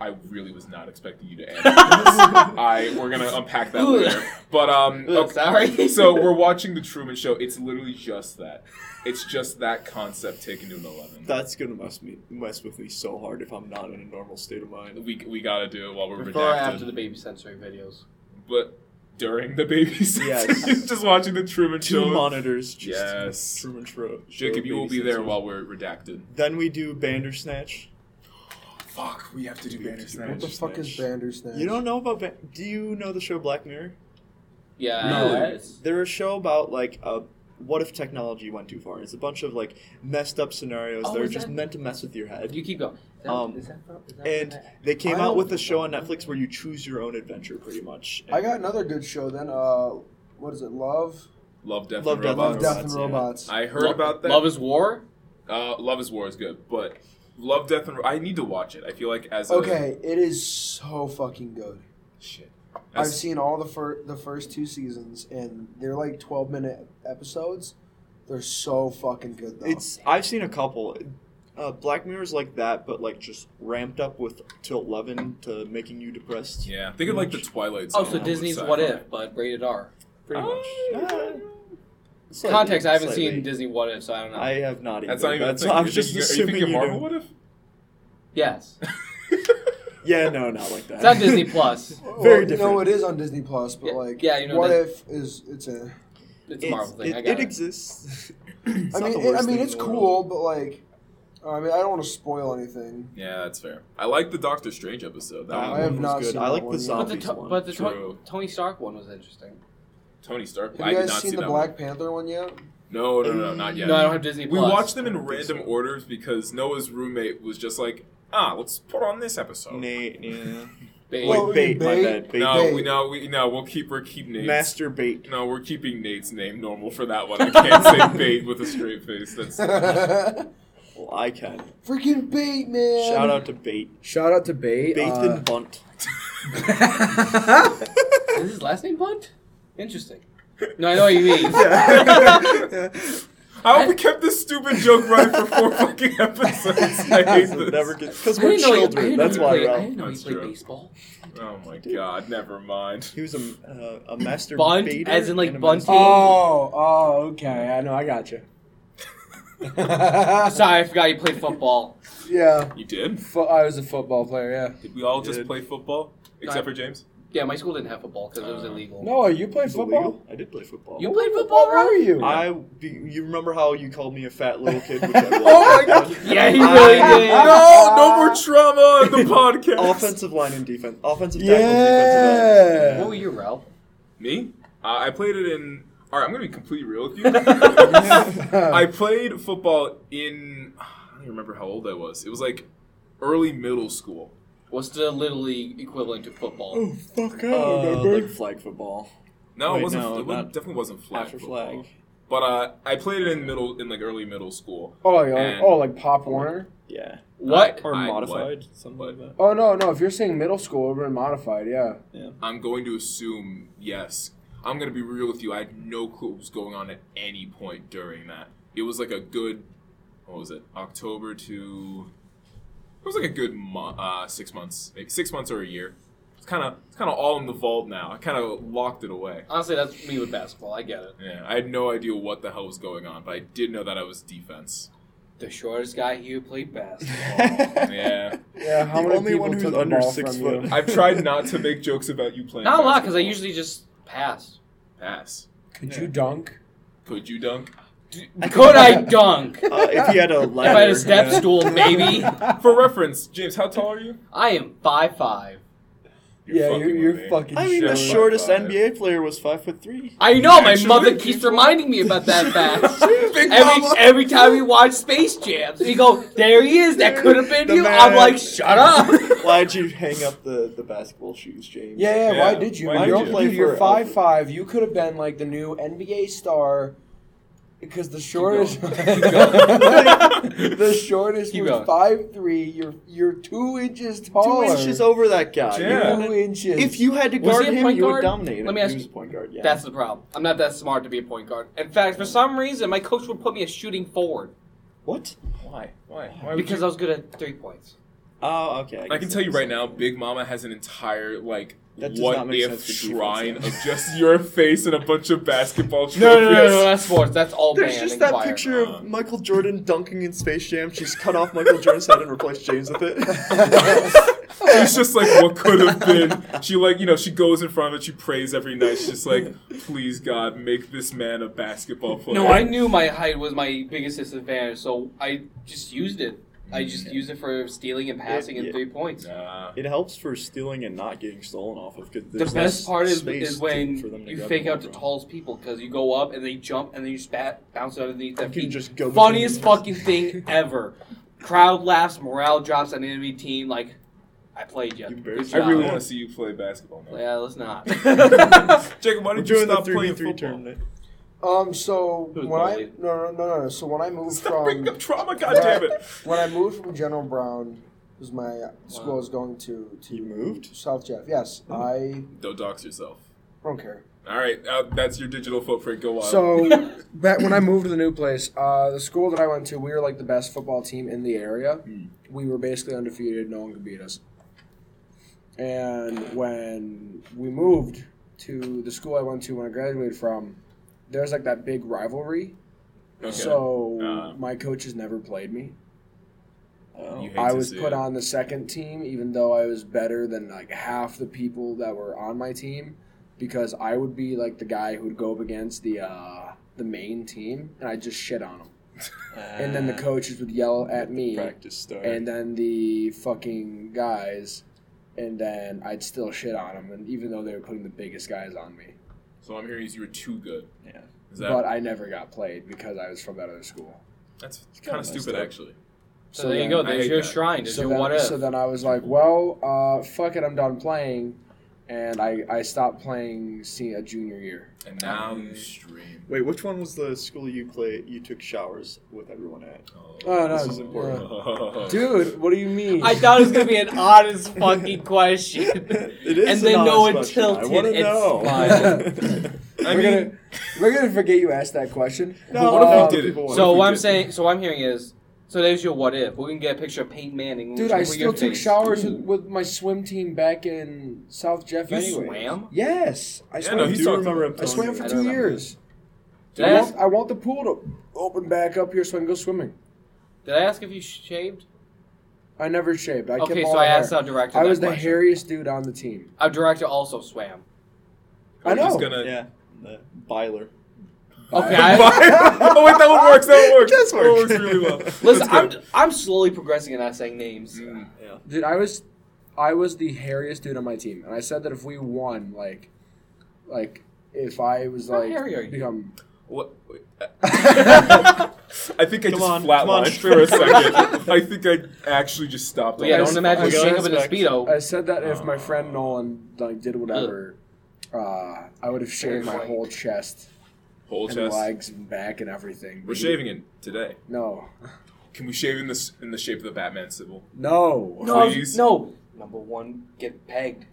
[SPEAKER 5] I really was not expecting you to answer this. I we're gonna unpack that
[SPEAKER 3] Ooh.
[SPEAKER 5] later. But um,
[SPEAKER 3] Ooh, sorry.
[SPEAKER 5] so we're watching the Truman Show. It's literally just that. It's just that concept taken to an eleven.
[SPEAKER 4] That's gonna mess me mess with me so hard if I'm not in a normal state of mind.
[SPEAKER 5] we we gotta do it while we're
[SPEAKER 3] Before or after
[SPEAKER 5] redacted.
[SPEAKER 3] the baby sensory videos.
[SPEAKER 5] but during the baby season,
[SPEAKER 4] Yes.
[SPEAKER 5] just watching the Truman
[SPEAKER 4] Two
[SPEAKER 5] Show.
[SPEAKER 4] monitors. Just
[SPEAKER 5] Yes.
[SPEAKER 4] Truman Show.
[SPEAKER 5] Jacob, you will be
[SPEAKER 4] babysitters.
[SPEAKER 5] there while we're redacted.
[SPEAKER 4] Then we do Bandersnatch.
[SPEAKER 5] Fuck, we have to do
[SPEAKER 1] What
[SPEAKER 5] Bandersnatch.
[SPEAKER 1] the fuck is Bandersnatch?
[SPEAKER 4] You don't know about? Ban- do you know the show Black Mirror?
[SPEAKER 3] Yeah.
[SPEAKER 5] Really?
[SPEAKER 3] that's-
[SPEAKER 4] They're a show about like uh, what if technology went too far? It's a bunch of like messed up scenarios
[SPEAKER 3] Oh,
[SPEAKER 4] that are
[SPEAKER 3] is
[SPEAKER 4] just
[SPEAKER 3] that-
[SPEAKER 4] meant to mess with your head.
[SPEAKER 3] You keep going. Is that-
[SPEAKER 4] Um,
[SPEAKER 3] is that from- is that
[SPEAKER 4] and
[SPEAKER 3] from-
[SPEAKER 4] they came
[SPEAKER 1] I
[SPEAKER 4] out
[SPEAKER 1] don't-
[SPEAKER 4] with a show on Netflix where you choose your own adventure, pretty much.
[SPEAKER 1] I got another good show then. Uh, what is it? Love,
[SPEAKER 5] Love, Death,
[SPEAKER 4] Love,
[SPEAKER 5] and
[SPEAKER 4] Death, and
[SPEAKER 1] Love,
[SPEAKER 5] Robots.
[SPEAKER 1] Death, and
[SPEAKER 4] Robots, yeah.
[SPEAKER 1] Robots.
[SPEAKER 5] I heard
[SPEAKER 3] Lo-
[SPEAKER 5] about that.
[SPEAKER 3] Love is War?
[SPEAKER 5] uh, Love is War is good, but Love, Death, and Ro- I need to watch it. I feel like as a-
[SPEAKER 1] Okay, it is so fucking good.
[SPEAKER 5] shit.
[SPEAKER 1] I've
[SPEAKER 5] As-
[SPEAKER 1] seen all the fir- the first two seasons, and they're like twelve minute episodes. They're so fucking good though.
[SPEAKER 4] It's I've seen a couple. Uh, Black Mirror's like that, but like just ramped up with till eleven to making you depressed.
[SPEAKER 5] Yeah, think of like the Twilight
[SPEAKER 3] Oh,
[SPEAKER 5] Zone
[SPEAKER 3] so
[SPEAKER 5] with
[SPEAKER 3] Disney's
[SPEAKER 5] sci-fi.
[SPEAKER 3] What If, but rated R.
[SPEAKER 4] pretty
[SPEAKER 3] Uh, Oh,
[SPEAKER 4] much.
[SPEAKER 5] Ah.
[SPEAKER 4] Slightly,
[SPEAKER 3] Context, I haven't
[SPEAKER 4] slightly.
[SPEAKER 3] seen Disney What If, so I don't know.
[SPEAKER 4] I have not. Either.
[SPEAKER 5] That's not even.
[SPEAKER 4] That's
[SPEAKER 5] a thing.
[SPEAKER 4] I
[SPEAKER 5] You're
[SPEAKER 4] was just
[SPEAKER 5] thinking,
[SPEAKER 4] assuming
[SPEAKER 5] Are you thinking
[SPEAKER 4] you
[SPEAKER 5] Marvel?
[SPEAKER 4] know.
[SPEAKER 5] What if?
[SPEAKER 3] yes.
[SPEAKER 4] Yeah, no, not like that.
[SPEAKER 3] It's on Disney Plus.
[SPEAKER 1] Well,
[SPEAKER 4] very
[SPEAKER 1] You
[SPEAKER 4] different.
[SPEAKER 1] know, it is on Disney Plus, but
[SPEAKER 3] Yeah,
[SPEAKER 1] like,
[SPEAKER 3] yeah, you know,
[SPEAKER 1] what
[SPEAKER 3] that-
[SPEAKER 1] if is it's a?
[SPEAKER 3] It's a
[SPEAKER 4] It's-
[SPEAKER 3] Marvel thing.
[SPEAKER 4] It,
[SPEAKER 3] I got
[SPEAKER 4] it
[SPEAKER 3] it.
[SPEAKER 4] exists.
[SPEAKER 1] I mean, it, I mean, it's cool, but like, I mean, I don't want to spoil anything.
[SPEAKER 5] Yeah, that's fair. I like the Doctor Strange episode. That
[SPEAKER 4] That
[SPEAKER 5] one.
[SPEAKER 1] I have
[SPEAKER 4] one was
[SPEAKER 1] not
[SPEAKER 4] good.
[SPEAKER 1] seen
[SPEAKER 4] Uh, I
[SPEAKER 1] that
[SPEAKER 4] like
[SPEAKER 1] one
[SPEAKER 4] the
[SPEAKER 1] yet.
[SPEAKER 3] But
[SPEAKER 4] zombie
[SPEAKER 3] the, to-
[SPEAKER 4] one.
[SPEAKER 3] but the to-
[SPEAKER 5] True.
[SPEAKER 3] Tony Stark one was interesting.
[SPEAKER 5] Tony Stark.
[SPEAKER 1] Have
[SPEAKER 5] I
[SPEAKER 1] you
[SPEAKER 5] did
[SPEAKER 1] guys
[SPEAKER 5] not
[SPEAKER 1] seen
[SPEAKER 5] see
[SPEAKER 1] the
[SPEAKER 5] that
[SPEAKER 1] Black
[SPEAKER 5] one.
[SPEAKER 1] Panther one yet?
[SPEAKER 5] No, no, no, not yet.
[SPEAKER 3] No, I don't have Disney
[SPEAKER 5] we
[SPEAKER 3] Plus.
[SPEAKER 5] watched them in
[SPEAKER 4] I don't think
[SPEAKER 5] random
[SPEAKER 4] so.
[SPEAKER 5] orders because Noah's roommate was just like, ah, let's put on this episode.
[SPEAKER 4] Nate, yeah.
[SPEAKER 3] Bait.
[SPEAKER 1] Well,
[SPEAKER 4] Wait, bait, my
[SPEAKER 1] Bait?
[SPEAKER 4] bad. Bait.
[SPEAKER 5] No,
[SPEAKER 1] Hey.
[SPEAKER 5] we no, we no, we'll keep we're keep Nate's.
[SPEAKER 4] Master bait.
[SPEAKER 5] no, we're keeping Nate's name normal for that one. I can't say bait with a straight face. That's
[SPEAKER 4] Well, I can.
[SPEAKER 1] Freaking bait, man!
[SPEAKER 4] Shout out to bait.
[SPEAKER 1] Shout out to bait. uh,
[SPEAKER 4] Bait and bunt.
[SPEAKER 3] Is his last name Bunt? Interesting. No, I know what you mean.
[SPEAKER 5] I hope we kept this stupid joke running for four fucking episodes. I hate
[SPEAKER 4] It
[SPEAKER 5] this.
[SPEAKER 4] never because
[SPEAKER 3] I
[SPEAKER 4] we're
[SPEAKER 3] didn't know he- I
[SPEAKER 4] children.
[SPEAKER 3] didn't know
[SPEAKER 4] That's
[SPEAKER 3] he
[SPEAKER 4] why.
[SPEAKER 3] played- I
[SPEAKER 4] Ralph.
[SPEAKER 3] didn't know he
[SPEAKER 5] That's
[SPEAKER 3] played
[SPEAKER 5] true.
[SPEAKER 3] baseball.
[SPEAKER 5] Oh my god, never mind.
[SPEAKER 4] He was a uh, a master
[SPEAKER 3] Bunt,
[SPEAKER 4] baiter
[SPEAKER 3] as in, like,
[SPEAKER 4] and a
[SPEAKER 3] bunt-
[SPEAKER 4] master-
[SPEAKER 1] Oh, oh, okay. I know. I got you.
[SPEAKER 3] Sorry, I forgot he played football.
[SPEAKER 1] yeah,
[SPEAKER 5] You did?
[SPEAKER 1] Fo- I was a football player. Yeah.
[SPEAKER 5] Did we all just
[SPEAKER 4] Did.
[SPEAKER 5] play football? Except for James?
[SPEAKER 3] Yeah, my school didn't have football because it was
[SPEAKER 5] Uh,
[SPEAKER 3] illegal.
[SPEAKER 1] No, you played
[SPEAKER 4] Is it legal? I did play football.
[SPEAKER 3] You
[SPEAKER 1] What
[SPEAKER 3] played
[SPEAKER 1] the
[SPEAKER 3] football,
[SPEAKER 1] fuck
[SPEAKER 3] bro?
[SPEAKER 1] were you?
[SPEAKER 4] I do you remember how you called me a fat little kid? Which I was.
[SPEAKER 1] Oh my God.
[SPEAKER 3] Yeah, he
[SPEAKER 4] I-
[SPEAKER 3] really did.
[SPEAKER 5] No, no more trauma on the podcast.
[SPEAKER 4] Offensive line and defense. Offensive tackle.
[SPEAKER 1] Yeah.
[SPEAKER 3] What were you, Ralph?
[SPEAKER 5] Me? Uh, I played it in. All right, I'm gonna be completely real with you. I played football in. I don't even remember how old I was. It was like early middle school.
[SPEAKER 3] What's the little league equivalent to football?
[SPEAKER 1] fuck. I
[SPEAKER 4] defensive end. Uh, like flag football.
[SPEAKER 5] No,
[SPEAKER 4] Wait,
[SPEAKER 5] it wasn't.
[SPEAKER 4] no,
[SPEAKER 5] it wa-
[SPEAKER 4] not
[SPEAKER 5] definitely wasn't flag.
[SPEAKER 4] after
[SPEAKER 5] football.
[SPEAKER 4] flag.
[SPEAKER 5] But uh, I played it in middle, in like early middle school.
[SPEAKER 1] oh, yeah.
[SPEAKER 5] And-
[SPEAKER 1] oh, like Pop Warner.
[SPEAKER 4] Yeah.
[SPEAKER 3] What?
[SPEAKER 4] Or
[SPEAKER 5] I-
[SPEAKER 4] modified.
[SPEAKER 5] what?
[SPEAKER 4] Something
[SPEAKER 5] What?
[SPEAKER 4] like that.
[SPEAKER 1] Oh no, no. If you're saying middle school, it would have been modified. Yeah.
[SPEAKER 5] I'm going to assume yes. I'm gonna be real with you. I had no clue what was going on at any point during that. It was like a good, what was it? October to. It was like a good mo- uh, six months, like six months or a year. It's kind of, it's kind of all in the vault now. I kind of locked it away.
[SPEAKER 3] Honestly, that's me with basketball. I get it.
[SPEAKER 5] Yeah, I had no idea what the hell was going on, but I did know that I was defense.
[SPEAKER 3] The shortest guy here played basketball. Oh,
[SPEAKER 5] Yeah,
[SPEAKER 1] Yeah. How
[SPEAKER 4] The
[SPEAKER 1] many
[SPEAKER 4] only
[SPEAKER 1] people
[SPEAKER 4] one who's
[SPEAKER 1] took the
[SPEAKER 4] under
[SPEAKER 1] ball
[SPEAKER 4] six
[SPEAKER 1] from
[SPEAKER 4] foot.
[SPEAKER 1] you?
[SPEAKER 5] I've tried not to make jokes about you playing.
[SPEAKER 3] Not a lot because I
[SPEAKER 5] basketball.
[SPEAKER 3] usually just pass.
[SPEAKER 5] pass.
[SPEAKER 1] Could
[SPEAKER 4] Yeah.
[SPEAKER 1] you dunk?
[SPEAKER 5] Could you dunk?
[SPEAKER 3] Could I dunk?
[SPEAKER 4] Uh, if you had a
[SPEAKER 3] If
[SPEAKER 4] ladder,
[SPEAKER 3] I had a step
[SPEAKER 4] yeah.
[SPEAKER 3] stool, maybe.
[SPEAKER 5] For reference, James, how tall are you?
[SPEAKER 3] I am Five five.
[SPEAKER 1] yeah, you're, you're
[SPEAKER 5] with me.
[SPEAKER 1] fucking.
[SPEAKER 4] I mean, the
[SPEAKER 5] Sure.
[SPEAKER 1] shit.
[SPEAKER 4] shortest
[SPEAKER 5] Five.
[SPEAKER 4] NBA player was five foot three.
[SPEAKER 3] I know. My
[SPEAKER 5] Actually-
[SPEAKER 3] mother keeps reminding me about that fact.
[SPEAKER 5] Big
[SPEAKER 3] Every,
[SPEAKER 5] Mama.
[SPEAKER 3] every time we watch Space Jams, we go, there he is. That could have been
[SPEAKER 4] The
[SPEAKER 3] you.
[SPEAKER 4] man.
[SPEAKER 3] I'm like, shut up.
[SPEAKER 4] Why'd you hang up the, the basketball shoes, James?
[SPEAKER 1] Yeah, yeah,
[SPEAKER 5] Yeah,
[SPEAKER 1] why did you?
[SPEAKER 5] why
[SPEAKER 1] you're
[SPEAKER 5] did you?
[SPEAKER 1] dude,
[SPEAKER 4] Play
[SPEAKER 1] you're
[SPEAKER 4] for
[SPEAKER 1] five
[SPEAKER 4] Alfred.
[SPEAKER 1] five. You could have been like the new NBA star Because the shortest,
[SPEAKER 3] going. Keep going.
[SPEAKER 1] the shortest
[SPEAKER 3] Keep
[SPEAKER 1] was
[SPEAKER 3] going.
[SPEAKER 1] five three. You're you're two inches
[SPEAKER 4] Two
[SPEAKER 1] taller.
[SPEAKER 4] inches over that guy.
[SPEAKER 5] Yeah.
[SPEAKER 4] You're
[SPEAKER 1] Two
[SPEAKER 4] gonna-
[SPEAKER 1] inches.
[SPEAKER 4] If you had to
[SPEAKER 3] Was
[SPEAKER 4] guard
[SPEAKER 3] he a
[SPEAKER 4] him,
[SPEAKER 3] point
[SPEAKER 4] you would
[SPEAKER 3] guard?
[SPEAKER 4] dominate him.
[SPEAKER 3] Let me ask
[SPEAKER 4] He was
[SPEAKER 3] you-
[SPEAKER 4] a point guard. Yeah.
[SPEAKER 3] That's the problem. I'm not that smart to be a point guard. In fact, for some reason, my coach would put me as shooting forward
[SPEAKER 4] what?
[SPEAKER 5] Why? Why? Why would
[SPEAKER 3] because
[SPEAKER 5] you-
[SPEAKER 3] I was good at three points.
[SPEAKER 4] Oh, okay.
[SPEAKER 5] I can tell you right now, Big Mama has an entire like
[SPEAKER 4] That does not
[SPEAKER 5] what
[SPEAKER 4] make
[SPEAKER 5] if
[SPEAKER 4] sense for defense,
[SPEAKER 5] shrine
[SPEAKER 4] yeah.
[SPEAKER 5] of just your face and a bunch of basketball trophies.
[SPEAKER 3] No, no, no, no, that's sports. That's all
[SPEAKER 4] There's
[SPEAKER 3] band
[SPEAKER 4] just
[SPEAKER 3] and
[SPEAKER 4] that
[SPEAKER 3] choir.
[SPEAKER 4] picture
[SPEAKER 5] Uh.
[SPEAKER 4] of Michael Jordan dunking in Space Jam. She's cut off Michael Jordan's head and replaced James with it.
[SPEAKER 5] It's just like what could have been. She like you know she goes in front of it. She prays every night. She's just like, please God, make this man a basketball player.
[SPEAKER 3] No, I knew my height was my biggest disadvantage, so I just used it. I just used it for stealing and passing and
[SPEAKER 4] yeah.
[SPEAKER 3] three points.
[SPEAKER 5] Nah.
[SPEAKER 4] It helps for stealing and not getting stolen off of. Cause
[SPEAKER 3] The
[SPEAKER 4] there's
[SPEAKER 3] best
[SPEAKER 4] less
[SPEAKER 3] part is,
[SPEAKER 4] space
[SPEAKER 3] is
[SPEAKER 4] to-
[SPEAKER 3] when
[SPEAKER 4] for them to
[SPEAKER 3] you
[SPEAKER 4] grab
[SPEAKER 3] fake
[SPEAKER 4] the
[SPEAKER 3] out the
[SPEAKER 4] ball from.
[SPEAKER 3] tallest people because you go up and they jump and then you just bat, bounce underneath their
[SPEAKER 4] You can
[SPEAKER 3] feet.
[SPEAKER 4] just go
[SPEAKER 3] Funniest
[SPEAKER 4] between
[SPEAKER 3] fucking thing ever. Crowd laughs, morale drops on the enemy team. Like, I played you.
[SPEAKER 4] You
[SPEAKER 3] Good
[SPEAKER 4] embarrassed
[SPEAKER 5] I
[SPEAKER 3] job.
[SPEAKER 5] really want to see you play basketball now.
[SPEAKER 3] Yeah, let's not.
[SPEAKER 5] Jacob, why
[SPEAKER 4] We're
[SPEAKER 5] did you
[SPEAKER 4] doing the
[SPEAKER 5] stop playing
[SPEAKER 4] 3v3
[SPEAKER 5] football?
[SPEAKER 4] tournament.
[SPEAKER 1] um, so
[SPEAKER 3] Who's
[SPEAKER 1] when I
[SPEAKER 3] bullied?
[SPEAKER 1] no no no no. So when I moved
[SPEAKER 5] Stop bringing
[SPEAKER 1] from
[SPEAKER 5] up trauma,
[SPEAKER 1] when,
[SPEAKER 5] goddammit.
[SPEAKER 1] I, when I moved from General Brown, was my school I was going to to
[SPEAKER 4] You moved? Oh.
[SPEAKER 1] South Jeff. Yes, I
[SPEAKER 5] Don't dox yourself.
[SPEAKER 1] don't care.
[SPEAKER 5] All right, uh, that's your digital footprint. Go on.
[SPEAKER 1] So, back when I moved to the new place, uh, the school that I went to, we were like the best football team in the area.
[SPEAKER 5] Hmm.
[SPEAKER 1] We were basically undefeated; no one could beat us. And when we moved to the school I went to when I graduated from, there's like that big rivalry.
[SPEAKER 5] Okay.
[SPEAKER 1] So
[SPEAKER 5] Uh.
[SPEAKER 1] my coaches never played me.
[SPEAKER 4] Oh.
[SPEAKER 5] You hate
[SPEAKER 1] I
[SPEAKER 5] to
[SPEAKER 1] was
[SPEAKER 5] see
[SPEAKER 1] put
[SPEAKER 5] it.
[SPEAKER 1] on the second team, even though I was better than like half the people that were on my team, because I would be like the guy who would go up against the uh, the main team, and I just shit on them,
[SPEAKER 3] uh,
[SPEAKER 1] and then the
[SPEAKER 4] Ah.
[SPEAKER 1] coaches would yell at me,
[SPEAKER 4] practice start.
[SPEAKER 1] and then the fucking guys, and then I'd still shit on them, and even though they were putting the biggest guys on me,
[SPEAKER 5] So I'm hearing is you were too good.
[SPEAKER 4] Yeah.
[SPEAKER 5] Is that
[SPEAKER 1] but I never got played because I was from that other school.
[SPEAKER 5] that's
[SPEAKER 4] kinda
[SPEAKER 5] kind of
[SPEAKER 4] messed
[SPEAKER 5] stupid
[SPEAKER 4] up.
[SPEAKER 5] actually.
[SPEAKER 3] so there you
[SPEAKER 1] then-
[SPEAKER 3] go.
[SPEAKER 5] I
[SPEAKER 3] There's
[SPEAKER 5] hate
[SPEAKER 3] your
[SPEAKER 5] that.
[SPEAKER 3] shrine. There's
[SPEAKER 1] so
[SPEAKER 3] your
[SPEAKER 1] then,
[SPEAKER 3] what if.
[SPEAKER 1] so then I was like, well, uh, fuck it, I'm done playing, and I, I stopped playing see, a junior year.
[SPEAKER 5] And now you stream.
[SPEAKER 4] Wait, which one was the school you play? You took showers with everyone at?
[SPEAKER 5] Oh,
[SPEAKER 1] Oh, no,
[SPEAKER 4] This is important.
[SPEAKER 1] Dude, what do you mean?
[SPEAKER 3] Oh. I thought it was gonna be an honest fucking question.
[SPEAKER 4] it is.
[SPEAKER 3] And
[SPEAKER 4] an
[SPEAKER 3] then
[SPEAKER 4] honest
[SPEAKER 3] no one
[SPEAKER 4] question. I
[SPEAKER 3] tilted
[SPEAKER 4] wanna
[SPEAKER 3] and
[SPEAKER 4] know.
[SPEAKER 1] smiled.
[SPEAKER 5] I
[SPEAKER 1] we're
[SPEAKER 5] mean,
[SPEAKER 1] gonna we're gonna forget you asked that question. Um,
[SPEAKER 4] no,
[SPEAKER 5] what if
[SPEAKER 4] no,
[SPEAKER 5] we did it?
[SPEAKER 4] people
[SPEAKER 5] What
[SPEAKER 3] So
[SPEAKER 5] if we
[SPEAKER 3] what I'm
[SPEAKER 5] did?
[SPEAKER 3] saying, so what I'm hearing is, so there's your what if. We're gonna get a picture of Peyton Manning.
[SPEAKER 1] Dude,
[SPEAKER 3] We're
[SPEAKER 1] I
[SPEAKER 3] gonna put your
[SPEAKER 1] still took
[SPEAKER 3] face.
[SPEAKER 1] showers with, with my swim team back in South Jeff.
[SPEAKER 3] You
[SPEAKER 1] anyway.
[SPEAKER 3] swam?
[SPEAKER 1] Yes, I
[SPEAKER 5] Yeah,
[SPEAKER 1] swam.
[SPEAKER 5] no,
[SPEAKER 4] I
[SPEAKER 5] he's
[SPEAKER 4] do
[SPEAKER 5] talking-
[SPEAKER 4] remember him
[SPEAKER 1] I
[SPEAKER 4] telling
[SPEAKER 1] swam
[SPEAKER 4] me
[SPEAKER 1] for
[SPEAKER 3] I
[SPEAKER 4] that.
[SPEAKER 1] two
[SPEAKER 3] don't know.
[SPEAKER 1] years.
[SPEAKER 3] Did
[SPEAKER 1] I
[SPEAKER 3] I ask?
[SPEAKER 1] want, I want the pool to open back up here so I can go swimming.
[SPEAKER 3] Did I ask if you shaved?
[SPEAKER 1] I never shaved. I
[SPEAKER 3] okay,
[SPEAKER 1] kept
[SPEAKER 3] so
[SPEAKER 1] all
[SPEAKER 3] I
[SPEAKER 1] hair.
[SPEAKER 3] asked our director.
[SPEAKER 1] I
[SPEAKER 3] that
[SPEAKER 1] was the
[SPEAKER 3] question.
[SPEAKER 1] hairiest dude on the team.
[SPEAKER 3] Our director also swam.
[SPEAKER 1] I
[SPEAKER 5] We're just
[SPEAKER 1] know.
[SPEAKER 5] Oh, gonna-
[SPEAKER 4] Yeah, the Byler.
[SPEAKER 3] Okay, I,
[SPEAKER 5] oh wait, that one works. That one works.
[SPEAKER 4] Does
[SPEAKER 5] That one
[SPEAKER 4] work.
[SPEAKER 5] works really well.
[SPEAKER 3] listen,
[SPEAKER 5] That's
[SPEAKER 3] I'm
[SPEAKER 5] good.
[SPEAKER 3] I'm slowly progressing and not saying names.
[SPEAKER 5] Mm.
[SPEAKER 4] Yeah.
[SPEAKER 1] Dude, I was, I was the hairiest dude on my team, and I said that if we won, like, like if I was
[SPEAKER 3] How
[SPEAKER 1] like
[SPEAKER 3] hairy are you?
[SPEAKER 1] become,
[SPEAKER 5] What? wait, I think I
[SPEAKER 4] Come
[SPEAKER 5] just
[SPEAKER 4] on, come on,
[SPEAKER 5] flatlined for a second. I think I actually just stopped.
[SPEAKER 3] But yeah,
[SPEAKER 1] I
[SPEAKER 3] don't
[SPEAKER 1] s-
[SPEAKER 3] imagine
[SPEAKER 1] I
[SPEAKER 3] Jacob in a
[SPEAKER 4] suspect-
[SPEAKER 3] speedo.
[SPEAKER 1] I said that if my friend Nolan like did whatever, uh, I would have shaved my
[SPEAKER 3] Fair
[SPEAKER 1] whole chest
[SPEAKER 5] Whole
[SPEAKER 1] and
[SPEAKER 5] chest.
[SPEAKER 1] legs and back and everything.
[SPEAKER 5] We're shaving it today.
[SPEAKER 1] No,
[SPEAKER 5] Can we shave in this in the shape of the Batman symbol?
[SPEAKER 1] no,
[SPEAKER 3] No,
[SPEAKER 5] Please.
[SPEAKER 3] no. Number one, get pegged.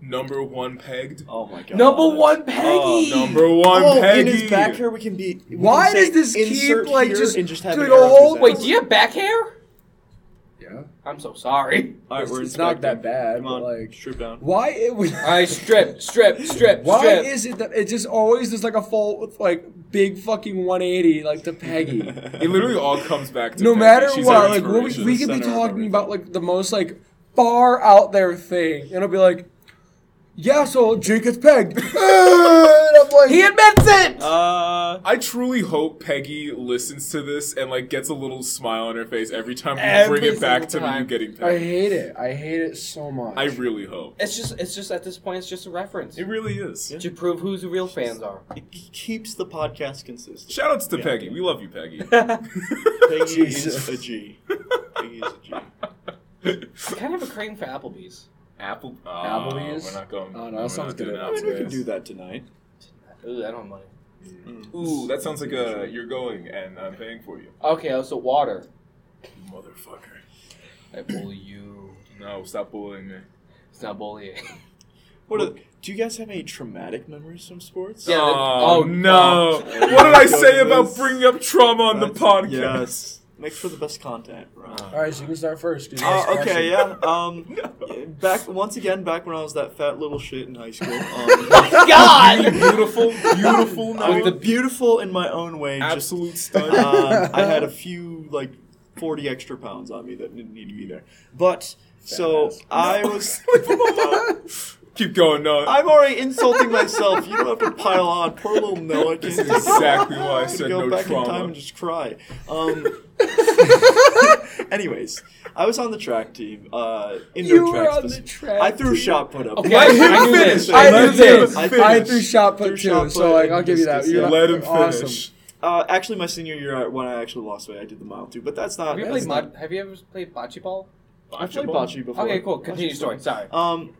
[SPEAKER 5] Number one pegged.
[SPEAKER 4] Oh my god.
[SPEAKER 3] Number one, Peggy.
[SPEAKER 4] Oh,
[SPEAKER 5] Number one
[SPEAKER 4] oh,
[SPEAKER 5] Peggy.
[SPEAKER 4] in his back hair, we can be. we
[SPEAKER 1] Why
[SPEAKER 4] can say,
[SPEAKER 1] does this keep,
[SPEAKER 4] insert
[SPEAKER 1] like,
[SPEAKER 4] here
[SPEAKER 1] just
[SPEAKER 4] and just have
[SPEAKER 1] doing
[SPEAKER 4] an arrow
[SPEAKER 1] a whole-
[SPEAKER 4] through
[SPEAKER 3] Wait,
[SPEAKER 4] his
[SPEAKER 3] do you have back hair?
[SPEAKER 1] Yeah,
[SPEAKER 3] I'm so sorry.
[SPEAKER 4] All right,
[SPEAKER 1] It's-
[SPEAKER 4] we're
[SPEAKER 1] it's not
[SPEAKER 4] inspecting.
[SPEAKER 1] that bad,
[SPEAKER 4] Come
[SPEAKER 1] but,
[SPEAKER 4] on,
[SPEAKER 1] like-
[SPEAKER 4] strip down.
[SPEAKER 1] why it was.
[SPEAKER 3] All right, strip, strip, strip,
[SPEAKER 1] Why
[SPEAKER 3] strip.
[SPEAKER 1] is it that it just always there's like a fault with like big fucking 180 like to Peggy?
[SPEAKER 5] It literally all comes back to
[SPEAKER 1] no
[SPEAKER 5] Peggy.
[SPEAKER 1] matter
[SPEAKER 5] She's our
[SPEAKER 1] what, like we,
[SPEAKER 5] inspiration.
[SPEAKER 1] we could be
[SPEAKER 4] center of
[SPEAKER 1] talking about
[SPEAKER 4] everything.
[SPEAKER 1] like the most like far out there thing, and I'll be like, yeah, so Jake gets pegged. and I'm like,
[SPEAKER 3] he admits it.
[SPEAKER 4] Uh,
[SPEAKER 5] I truly hope Peggy listens to this and like gets a little smile on her face every time we
[SPEAKER 3] Every
[SPEAKER 5] bring it back to
[SPEAKER 3] single
[SPEAKER 5] you
[SPEAKER 3] time.
[SPEAKER 5] getting
[SPEAKER 1] I
[SPEAKER 5] pegged.
[SPEAKER 1] hate it. I hate it so much.
[SPEAKER 5] I, really hope
[SPEAKER 3] it's just, it's just at this point, it's just a reference
[SPEAKER 5] it really is.
[SPEAKER 4] Yeah.
[SPEAKER 3] to prove who's the real fans are.
[SPEAKER 4] it k- keeps the podcast consistent.
[SPEAKER 5] Shoutouts to
[SPEAKER 4] Yeah.
[SPEAKER 5] Peggy. We love you, Peggy.
[SPEAKER 4] Peggy
[SPEAKER 1] Jesus.
[SPEAKER 4] is a G. Peggy is a G.
[SPEAKER 3] I kind of have a crane for Applebee's.
[SPEAKER 5] Apple. Oh,
[SPEAKER 4] uh,
[SPEAKER 1] Applebee's?
[SPEAKER 5] We're not going.
[SPEAKER 1] Oh, no, that
[SPEAKER 5] we're
[SPEAKER 1] sounds
[SPEAKER 5] not doing
[SPEAKER 1] good.
[SPEAKER 4] I mean, we
[SPEAKER 5] Applebee's.
[SPEAKER 4] can do that tonight.
[SPEAKER 3] Ooh, I don't have money.
[SPEAKER 5] Ooh, that sounds like a you're going and I'm paying for you.
[SPEAKER 3] Okay, oh, so water.
[SPEAKER 5] You motherfucker.
[SPEAKER 3] I bully you.
[SPEAKER 5] No, stop bullying me.
[SPEAKER 3] It's not bullying.
[SPEAKER 4] What are, do you guys have any traumatic memories from sports?
[SPEAKER 3] Yeah. oh,
[SPEAKER 5] oh, no.
[SPEAKER 4] no.
[SPEAKER 5] what did I say
[SPEAKER 4] Go to
[SPEAKER 5] about
[SPEAKER 4] this.
[SPEAKER 5] bringing up trauma on the
[SPEAKER 4] That's-
[SPEAKER 5] podcast?
[SPEAKER 4] Yes. Make for the best content. Right.
[SPEAKER 1] All right, so you can start first. 'cause you
[SPEAKER 4] Uh,
[SPEAKER 1] asked a
[SPEAKER 4] okay,
[SPEAKER 1] question.
[SPEAKER 4] yeah. Um, back once again, back when I was that fat little shit in high school. Um,
[SPEAKER 3] God.
[SPEAKER 5] Beautiful, beautiful
[SPEAKER 4] I was
[SPEAKER 5] night.
[SPEAKER 4] the beautiful in my own way. Just,
[SPEAKER 5] Absolute
[SPEAKER 4] um,
[SPEAKER 5] stud.
[SPEAKER 4] I had a few like forty extra pounds on me that didn't need to be there. But so
[SPEAKER 1] ass.
[SPEAKER 4] I was.
[SPEAKER 5] Keep going, no.
[SPEAKER 4] I'm already insulting myself. You don't have to pile on. Poor little Noah. Can't
[SPEAKER 5] This is exactly why I
[SPEAKER 4] to
[SPEAKER 5] said
[SPEAKER 4] go
[SPEAKER 5] no
[SPEAKER 4] back in time
[SPEAKER 5] trauma.
[SPEAKER 4] and just cry. Um, anyways, I was on the track team. Uh, indoor
[SPEAKER 1] You
[SPEAKER 4] track
[SPEAKER 1] were on the
[SPEAKER 4] specific-
[SPEAKER 1] track
[SPEAKER 4] I threw
[SPEAKER 1] team.
[SPEAKER 4] shot put up.
[SPEAKER 3] Okay, I
[SPEAKER 5] him
[SPEAKER 3] knew
[SPEAKER 5] finish.
[SPEAKER 3] this.
[SPEAKER 5] I
[SPEAKER 3] I knew
[SPEAKER 5] knew
[SPEAKER 3] this.
[SPEAKER 4] I
[SPEAKER 1] I
[SPEAKER 4] finished.
[SPEAKER 1] threw shot put
[SPEAKER 4] Threw
[SPEAKER 1] too,
[SPEAKER 4] shot
[SPEAKER 1] so
[SPEAKER 4] put
[SPEAKER 1] like
[SPEAKER 4] and
[SPEAKER 1] I'll give you that.
[SPEAKER 4] distance,
[SPEAKER 1] You're
[SPEAKER 4] yeah.
[SPEAKER 5] Let him
[SPEAKER 1] awesome.
[SPEAKER 5] finish.
[SPEAKER 4] Uh, actually, my senior year, when I actually lost weight, I did the mile too. But that's not.
[SPEAKER 3] Have you
[SPEAKER 4] that's
[SPEAKER 3] played?
[SPEAKER 4] not-
[SPEAKER 3] Mod- have you ever played bocce ball?
[SPEAKER 4] I played bocce before.
[SPEAKER 3] Okay, cool. Continue
[SPEAKER 4] Bocce's
[SPEAKER 3] story.
[SPEAKER 4] fun.
[SPEAKER 3] Sorry.
[SPEAKER 4] Um,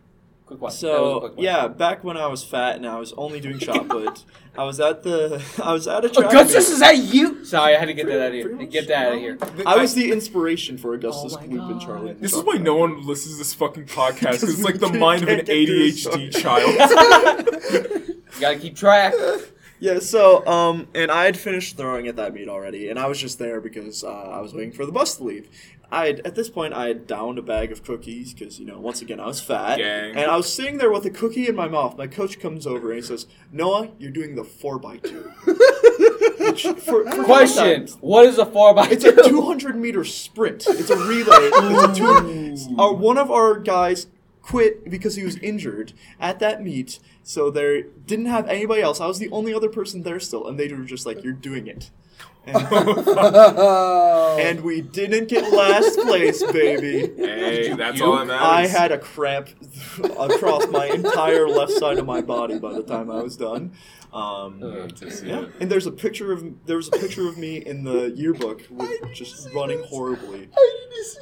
[SPEAKER 3] Quick one. That was a
[SPEAKER 4] So
[SPEAKER 3] quick one.
[SPEAKER 4] yeah, back when I was fat and I was only doing shot put, I was at the I was at a
[SPEAKER 3] Oh,
[SPEAKER 4] track.
[SPEAKER 3] Augustus,
[SPEAKER 4] meet.
[SPEAKER 3] is that you? Sorry, I had to get
[SPEAKER 4] Pretty-
[SPEAKER 3] that out of here.
[SPEAKER 4] pretty much.
[SPEAKER 3] Get that out of here.
[SPEAKER 4] I was the inspiration for Augustus
[SPEAKER 3] Oh my
[SPEAKER 4] Gloop and
[SPEAKER 3] God.
[SPEAKER 4] Charlie. and the
[SPEAKER 5] This is
[SPEAKER 4] Chocolate
[SPEAKER 5] why no
[SPEAKER 4] Factory.
[SPEAKER 5] one listens to this fucking podcast. 'cause it's
[SPEAKER 4] Because
[SPEAKER 5] like the
[SPEAKER 4] we
[SPEAKER 5] mind of an
[SPEAKER 4] can't get through this
[SPEAKER 5] ADHD
[SPEAKER 4] song.
[SPEAKER 5] child.
[SPEAKER 3] You gotta keep track.
[SPEAKER 4] Yeah, so um, and I had finished throwing at that meet already, and I was just there because uh, I was waiting for the bus to leave. I had at this point I had downed a bag of cookies because you know once again I was fat,
[SPEAKER 5] Gang.
[SPEAKER 4] and I was sitting there with a cookie in my mouth. My coach comes over and he says, "Noah, you're doing the four by two. Which, for- for
[SPEAKER 3] Question:
[SPEAKER 4] context,
[SPEAKER 3] What is a four by
[SPEAKER 4] It's
[SPEAKER 3] two?
[SPEAKER 4] a 200 meter sprint. It's a relay. It's a two, our, Uh, one of our guys quit because he was injured at that meet, so there didn't have anybody else. I was the only other person there still, and they were just like, "You're doing it." And, and we didn't get last place, baby.
[SPEAKER 5] hey, that's
[SPEAKER 3] You-
[SPEAKER 5] all that matters.
[SPEAKER 4] I had a cramp across my entire left side of my body by the time I was done. Um,
[SPEAKER 5] I hate to see
[SPEAKER 4] yeah,
[SPEAKER 5] it.
[SPEAKER 4] and there's a picture of there was a picture of me in the yearbook with just running horribly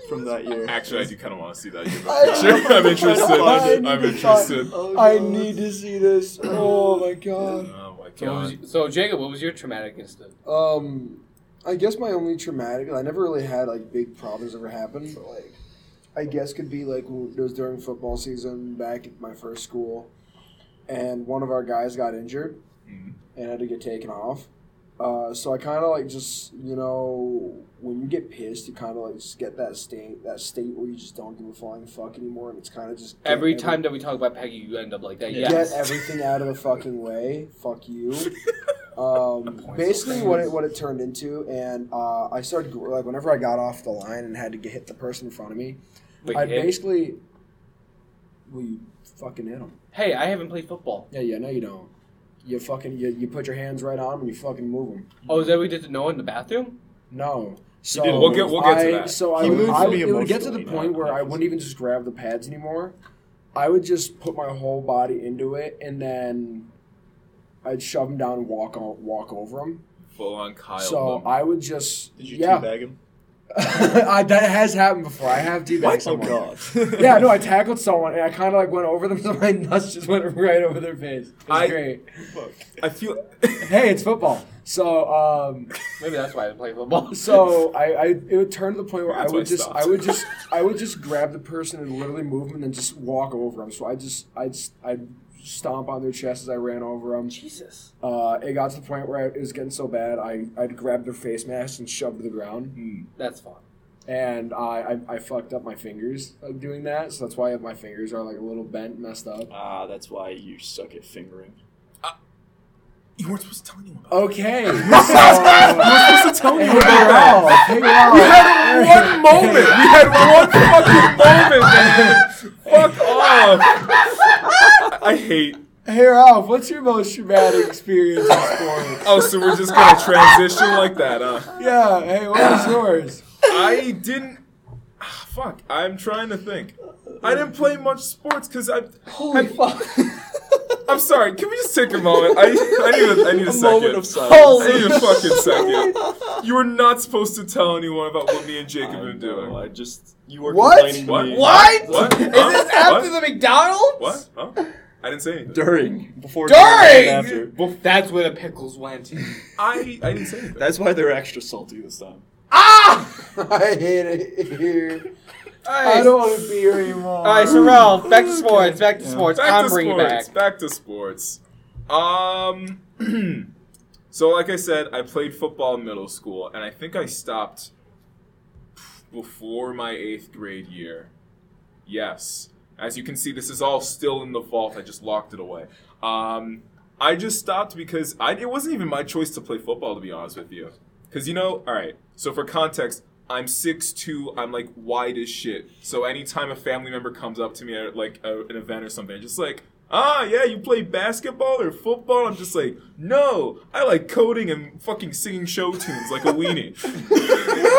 [SPEAKER 4] from that year.
[SPEAKER 5] Actually, I do kind of want to see that.
[SPEAKER 1] I-
[SPEAKER 5] picture. I'm interested. I'm interested.
[SPEAKER 4] Oh,
[SPEAKER 1] I
[SPEAKER 4] God.
[SPEAKER 1] need to see this. Oh my god.
[SPEAKER 5] Oh my
[SPEAKER 3] So, what was
[SPEAKER 5] god.
[SPEAKER 3] y- so, Jacob, what was your traumatic incident?
[SPEAKER 1] Um, I guess my only traumatic. I never really had like big problems ever happen, but like, I guess could be like when it was during football season back at my first school, and one of our guys got injured
[SPEAKER 3] Mm-hmm.
[SPEAKER 5] Mhm.
[SPEAKER 1] and had to get taken off. Uh, so I kind of like just you know when you get pissed, you kind of like just get that state that state where you just don't give a flying fuck anymore, and it's kind of just get
[SPEAKER 3] Every
[SPEAKER 1] every-
[SPEAKER 3] time that we talk about Peggy, you end up like that.
[SPEAKER 4] Yeah.
[SPEAKER 3] Yes.
[SPEAKER 1] get everything out of the fucking way. Fuck you. Um,
[SPEAKER 3] Points
[SPEAKER 1] basically,
[SPEAKER 3] of
[SPEAKER 1] what it what it turned into, and uh, I started gr- like whenever I got off the line and had to get, hit the person in front of me,
[SPEAKER 3] Wait,
[SPEAKER 1] I
[SPEAKER 3] hey-
[SPEAKER 1] basically, well, you fucking hit him.
[SPEAKER 3] hey, I haven't played football.
[SPEAKER 1] Yeah, yeah, no, you don't. You fucking you, you put your hands right on him and you fucking move him.
[SPEAKER 3] Oh, is that what we did to Noah in the bathroom?
[SPEAKER 1] No. So
[SPEAKER 5] did. We'll get- we'll get to
[SPEAKER 1] I,
[SPEAKER 5] that.
[SPEAKER 1] So I,
[SPEAKER 4] He
[SPEAKER 1] would,
[SPEAKER 4] moved
[SPEAKER 1] I
[SPEAKER 4] me
[SPEAKER 1] would- it would get to the
[SPEAKER 4] emotionally,
[SPEAKER 1] point
[SPEAKER 4] not-
[SPEAKER 1] where
[SPEAKER 4] not
[SPEAKER 1] I wouldn't even just grab the pads anymore. I would just put my whole body into it, and then I'd shove him down and walk o- walk over him.
[SPEAKER 5] Full on Kyle.
[SPEAKER 1] so
[SPEAKER 5] moment.
[SPEAKER 1] I would just
[SPEAKER 4] Did you
[SPEAKER 1] yeah.
[SPEAKER 4] teabag him?
[SPEAKER 1] I, that has happened before. I have teabagged
[SPEAKER 4] Oh
[SPEAKER 1] someone.
[SPEAKER 4] God!
[SPEAKER 1] Yeah, no, I tackled someone and I kind of like went over them, so my nuts just went right over their face. It was
[SPEAKER 5] I-
[SPEAKER 1] great.
[SPEAKER 4] Fuck.
[SPEAKER 5] I feel.
[SPEAKER 1] Hey, it's football. So, um,
[SPEAKER 3] Maybe that's why I didn't play football.
[SPEAKER 1] So I, I it would turn to the point where I
[SPEAKER 5] That's why
[SPEAKER 1] would
[SPEAKER 5] I
[SPEAKER 1] just
[SPEAKER 5] stopped.
[SPEAKER 1] I would just I would just grab the person and literally move them and then just walk over them. So I just I'd s- I'd stomp on their chest as I ran over them.
[SPEAKER 3] Jesus.
[SPEAKER 1] Uh, it got to the point where I, it was getting so bad I I'd grab their face mask and shove to the ground.
[SPEAKER 5] Hmm.
[SPEAKER 3] That's fun.
[SPEAKER 1] And I I, I fucked up my fingers like, doing that. So that's why my fingers are like a little bent, messed up.
[SPEAKER 4] Ah, that's why you suck at fingering.
[SPEAKER 5] You weren't supposed to tell anyone about
[SPEAKER 1] Okay. So, hey,
[SPEAKER 5] supposed to tell
[SPEAKER 1] hey, Ralph, hey, Ralph.
[SPEAKER 5] We had one moment. We had one fucking moment, man. Fuck off. I hate.
[SPEAKER 1] Hey Ralph, what's your most traumatic experience in sports?
[SPEAKER 5] Oh, so we're just gonna transition like that, huh?
[SPEAKER 1] Yeah, hey, what was yours?
[SPEAKER 5] I didn't. ah, Fuck. I'm trying to think. I didn't play much sports because I.
[SPEAKER 3] Holy fuck.
[SPEAKER 5] I'm sorry. Can we just take a moment? I, I need a, I need a,
[SPEAKER 4] A
[SPEAKER 5] second.
[SPEAKER 4] moment of silence.
[SPEAKER 3] Holy-
[SPEAKER 5] I need a fucking second. You were not supposed to tell anyone about what me and Jacob have
[SPEAKER 4] I
[SPEAKER 5] been
[SPEAKER 4] know,
[SPEAKER 5] doing.
[SPEAKER 4] I just you were
[SPEAKER 1] What?
[SPEAKER 4] complaining to
[SPEAKER 5] What?
[SPEAKER 4] me.
[SPEAKER 3] What?
[SPEAKER 5] What?
[SPEAKER 3] Is
[SPEAKER 5] Huh?
[SPEAKER 3] this after
[SPEAKER 5] What?
[SPEAKER 3] the McDonald's?
[SPEAKER 5] What? Huh? I didn't say anything.
[SPEAKER 2] during before
[SPEAKER 3] During!
[SPEAKER 2] and after.
[SPEAKER 3] Bef- That's where the pickles went.
[SPEAKER 5] I, I didn't say anything.
[SPEAKER 2] That's why they're extra salty this time.
[SPEAKER 3] ah!
[SPEAKER 1] I hate it here. I
[SPEAKER 3] Alright,
[SPEAKER 1] don't want to be here anymore.
[SPEAKER 3] Alright, so Ralph, back to sports, back to sports.
[SPEAKER 5] back
[SPEAKER 3] I'm
[SPEAKER 5] to
[SPEAKER 3] bringing
[SPEAKER 5] sports.
[SPEAKER 3] back.
[SPEAKER 5] to sports. Um, so like I said, I played football in middle school, and I think I stopped before my eighth grade year. Yes, as you can see, this is all still in the vault. I just locked it away. Um, I just stopped because I, it wasn't even my choice to play football, to be honest with you. Because, you know, all right, so for context, I'm 6'2, I'm like wide as shit. So anytime a family member comes up to me at like a, an event or something, I'm just like, ah, yeah, you play basketball or football? I'm just like, no, I like coding and fucking singing show tunes like a weenie.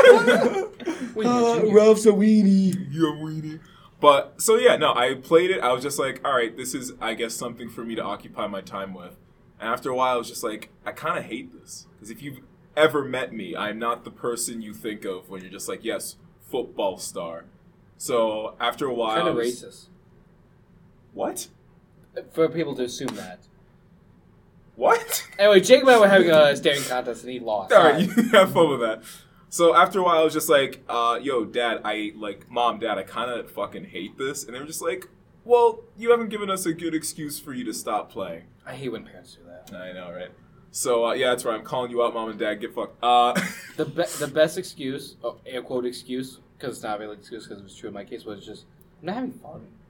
[SPEAKER 3] Wait, did you-
[SPEAKER 2] Ralph's a weenie.
[SPEAKER 5] You're weenie. But so yeah, no, I played it. I was just like, all right, this is I guess something for me to occupy my time with. And after a while, I was just like, I kind of hate this because if you've ever met me, I'm not the person you think of when you're just like, yes, football star. So after a while,
[SPEAKER 3] Kind
[SPEAKER 5] I
[SPEAKER 3] of
[SPEAKER 5] was-
[SPEAKER 3] racist.
[SPEAKER 5] What?
[SPEAKER 3] For people to assume that.
[SPEAKER 5] What?
[SPEAKER 3] Anyway, Jake and I were having a staring contest and he lost.
[SPEAKER 5] All right, you have fun with that. So after a while, I was just like, uh, "Yo, Dad, I like, Mom, Dad, I kind of fucking hate this." And they were just like, "Well, you haven't given us a good excuse for you to stop playing."
[SPEAKER 3] I hate when parents do that.
[SPEAKER 5] I know, right? So uh, yeah, that's right. I'm calling you out, Mom and Dad. Get fucked. Uh,
[SPEAKER 3] The be- the best excuse, oh, air quote excuse, because it's not really an excuse because it was true in my case, was just, I'm not having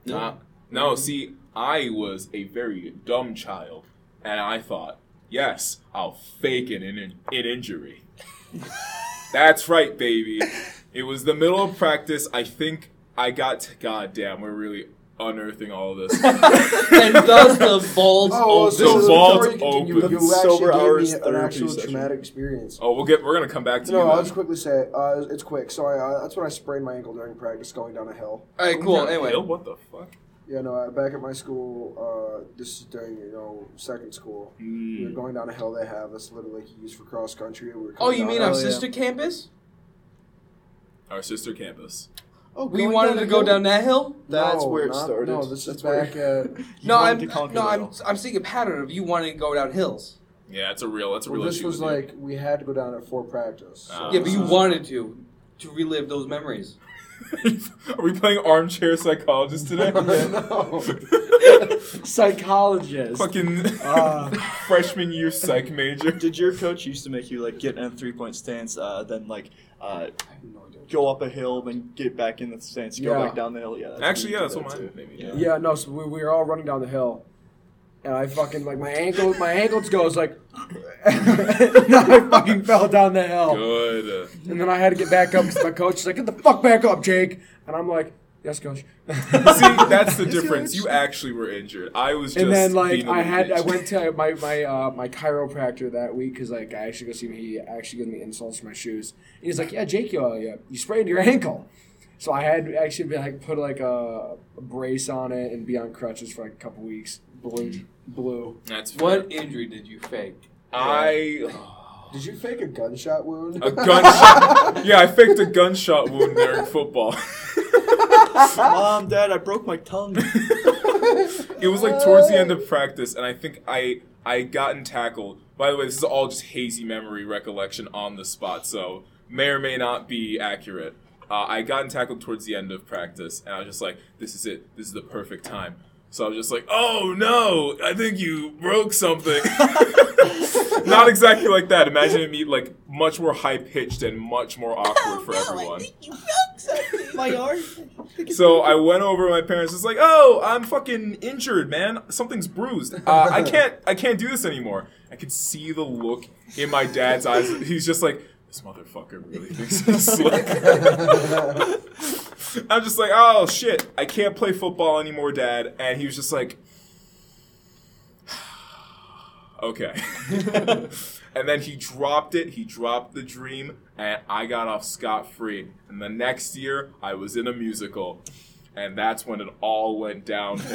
[SPEAKER 3] fun.
[SPEAKER 5] uh, no, see, I was a very dumb child, and I thought, yes, I'll fake an in- an injury. that's right, baby. It was the middle of practice. I think I got. To- God damn, we're really unearthing all of this.
[SPEAKER 3] and thus the bolts
[SPEAKER 1] Oh,
[SPEAKER 3] open.
[SPEAKER 1] so
[SPEAKER 5] The
[SPEAKER 1] the
[SPEAKER 5] vault
[SPEAKER 1] story continued. You,
[SPEAKER 5] opens.
[SPEAKER 1] you actually
[SPEAKER 2] Sober
[SPEAKER 1] gave
[SPEAKER 2] hours
[SPEAKER 1] me an
[SPEAKER 2] therapy
[SPEAKER 1] actual
[SPEAKER 2] session.
[SPEAKER 1] traumatic experience.
[SPEAKER 5] oh, we'll get. We're gonna come back to you.
[SPEAKER 1] No,
[SPEAKER 5] then.
[SPEAKER 1] I'll just quickly say uh, it's quick. So I, uh, that's when I sprained my ankle during practice going down a hill.
[SPEAKER 3] All right, cool. Anyway,
[SPEAKER 5] Hill? what the fuck?
[SPEAKER 1] Yeah, no, I- back at my school, uh, this is during you know second school. We were
[SPEAKER 5] Mm.
[SPEAKER 1] going down a hill they have that's literally like used for cross country. We were
[SPEAKER 3] oh,
[SPEAKER 1] coming
[SPEAKER 3] you
[SPEAKER 1] down
[SPEAKER 3] mean
[SPEAKER 1] a
[SPEAKER 3] our
[SPEAKER 1] hill.
[SPEAKER 3] sister campus?
[SPEAKER 5] Our sister campus.
[SPEAKER 2] Oh,
[SPEAKER 3] We
[SPEAKER 2] going
[SPEAKER 3] wanted
[SPEAKER 2] down
[SPEAKER 3] to
[SPEAKER 2] a
[SPEAKER 3] go
[SPEAKER 2] hill?
[SPEAKER 3] down that hill.
[SPEAKER 2] That's
[SPEAKER 1] No,
[SPEAKER 2] where it
[SPEAKER 1] not-
[SPEAKER 2] started.
[SPEAKER 1] No, this
[SPEAKER 2] That's
[SPEAKER 1] is
[SPEAKER 2] where-
[SPEAKER 1] back at.
[SPEAKER 2] You
[SPEAKER 3] No,
[SPEAKER 2] wanted
[SPEAKER 3] I'm
[SPEAKER 2] to conquer
[SPEAKER 3] no,
[SPEAKER 2] the
[SPEAKER 3] I'm
[SPEAKER 2] hill.
[SPEAKER 3] I'm seeing a pattern of you wanting to go down hills.
[SPEAKER 5] Yeah, that's a real. That's a
[SPEAKER 1] Well,
[SPEAKER 5] real
[SPEAKER 1] this
[SPEAKER 5] issue
[SPEAKER 1] was
[SPEAKER 5] with you.
[SPEAKER 1] like we had to go down it for practice. so
[SPEAKER 5] Ah.
[SPEAKER 3] Yeah, but you
[SPEAKER 1] this is-
[SPEAKER 3] wanted to to relive those memories.
[SPEAKER 5] Are we playing armchair psychologist today?
[SPEAKER 1] No.
[SPEAKER 4] Psychologist.
[SPEAKER 5] Fucking
[SPEAKER 4] Ah.
[SPEAKER 5] freshman year psych major.
[SPEAKER 2] Did your coach used to make you like get in a three point stance, uh, then like uh,
[SPEAKER 1] I have no idea.
[SPEAKER 2] go up a hill, then get back in the stance, go
[SPEAKER 1] Yeah.
[SPEAKER 2] back down the hill? Yeah.
[SPEAKER 5] Actually, yeah,
[SPEAKER 2] we did
[SPEAKER 5] that's what
[SPEAKER 2] that
[SPEAKER 5] mine.
[SPEAKER 2] too.
[SPEAKER 5] Maybe.
[SPEAKER 2] Yeah.
[SPEAKER 1] Yeah, no. So we, we were all running down the hill, and I fucking like my ankle, my ankles goes like, and I fucking fell down the hill,
[SPEAKER 5] Good.
[SPEAKER 1] and then I had to get back up because my coach is like, "Get the fuck back up, Jake," and I'm like, "Yes, coach."
[SPEAKER 5] See, that's the difference. You actually were injured. I was just.
[SPEAKER 1] and then like
[SPEAKER 5] being a
[SPEAKER 1] I
[SPEAKER 5] little
[SPEAKER 1] had, I
[SPEAKER 5] bitch.
[SPEAKER 1] went to my my uh, my chiropractor that week because like I actually go see him. He actually gave me insults for my shoes, and he's like, "Yeah, Jake, you uh, you, you sprained your ankle." So I had to actually be like put like a, a brace on it and be on crutches for like a couple weeks. Blue, blue.
[SPEAKER 5] That's fair.
[SPEAKER 3] What injury did you fake?
[SPEAKER 5] I
[SPEAKER 1] Did you fake a gunshot wound?
[SPEAKER 5] a gunshot. yeah, I faked a gunshot wound during football.
[SPEAKER 2] Mom, Dad, I broke my tongue.
[SPEAKER 6] Oh,
[SPEAKER 5] it was like towards the end of practice, and I think I I gotten tackled. By the way, this is all just hazy memory recollection on the spot, so may or may not be accurate. Uh, I gotten tackled towards the end of practice, and I was just like, "This is it. This is the perfect time." So I was just like, "Oh no, I think you broke something." not exactly like that. Imagine it me like much more high pitched and much more awkward for everyone.
[SPEAKER 6] you broke something. My arm.
[SPEAKER 5] So I went over to my parents. It's like, oh, I'm fucking injured, man. Something's bruised. Uh, I can't. I can't do this anymore. I could see the look in my dad's eyes. He's just like, this motherfucker really thinks he's slick. I'm just like, oh shit, I can't play football anymore, Dad. And he was just like, okay. and then he dropped it. He dropped the dream, and I got off scot free. And the next year, I was in a musical, and that's when it all went down. it's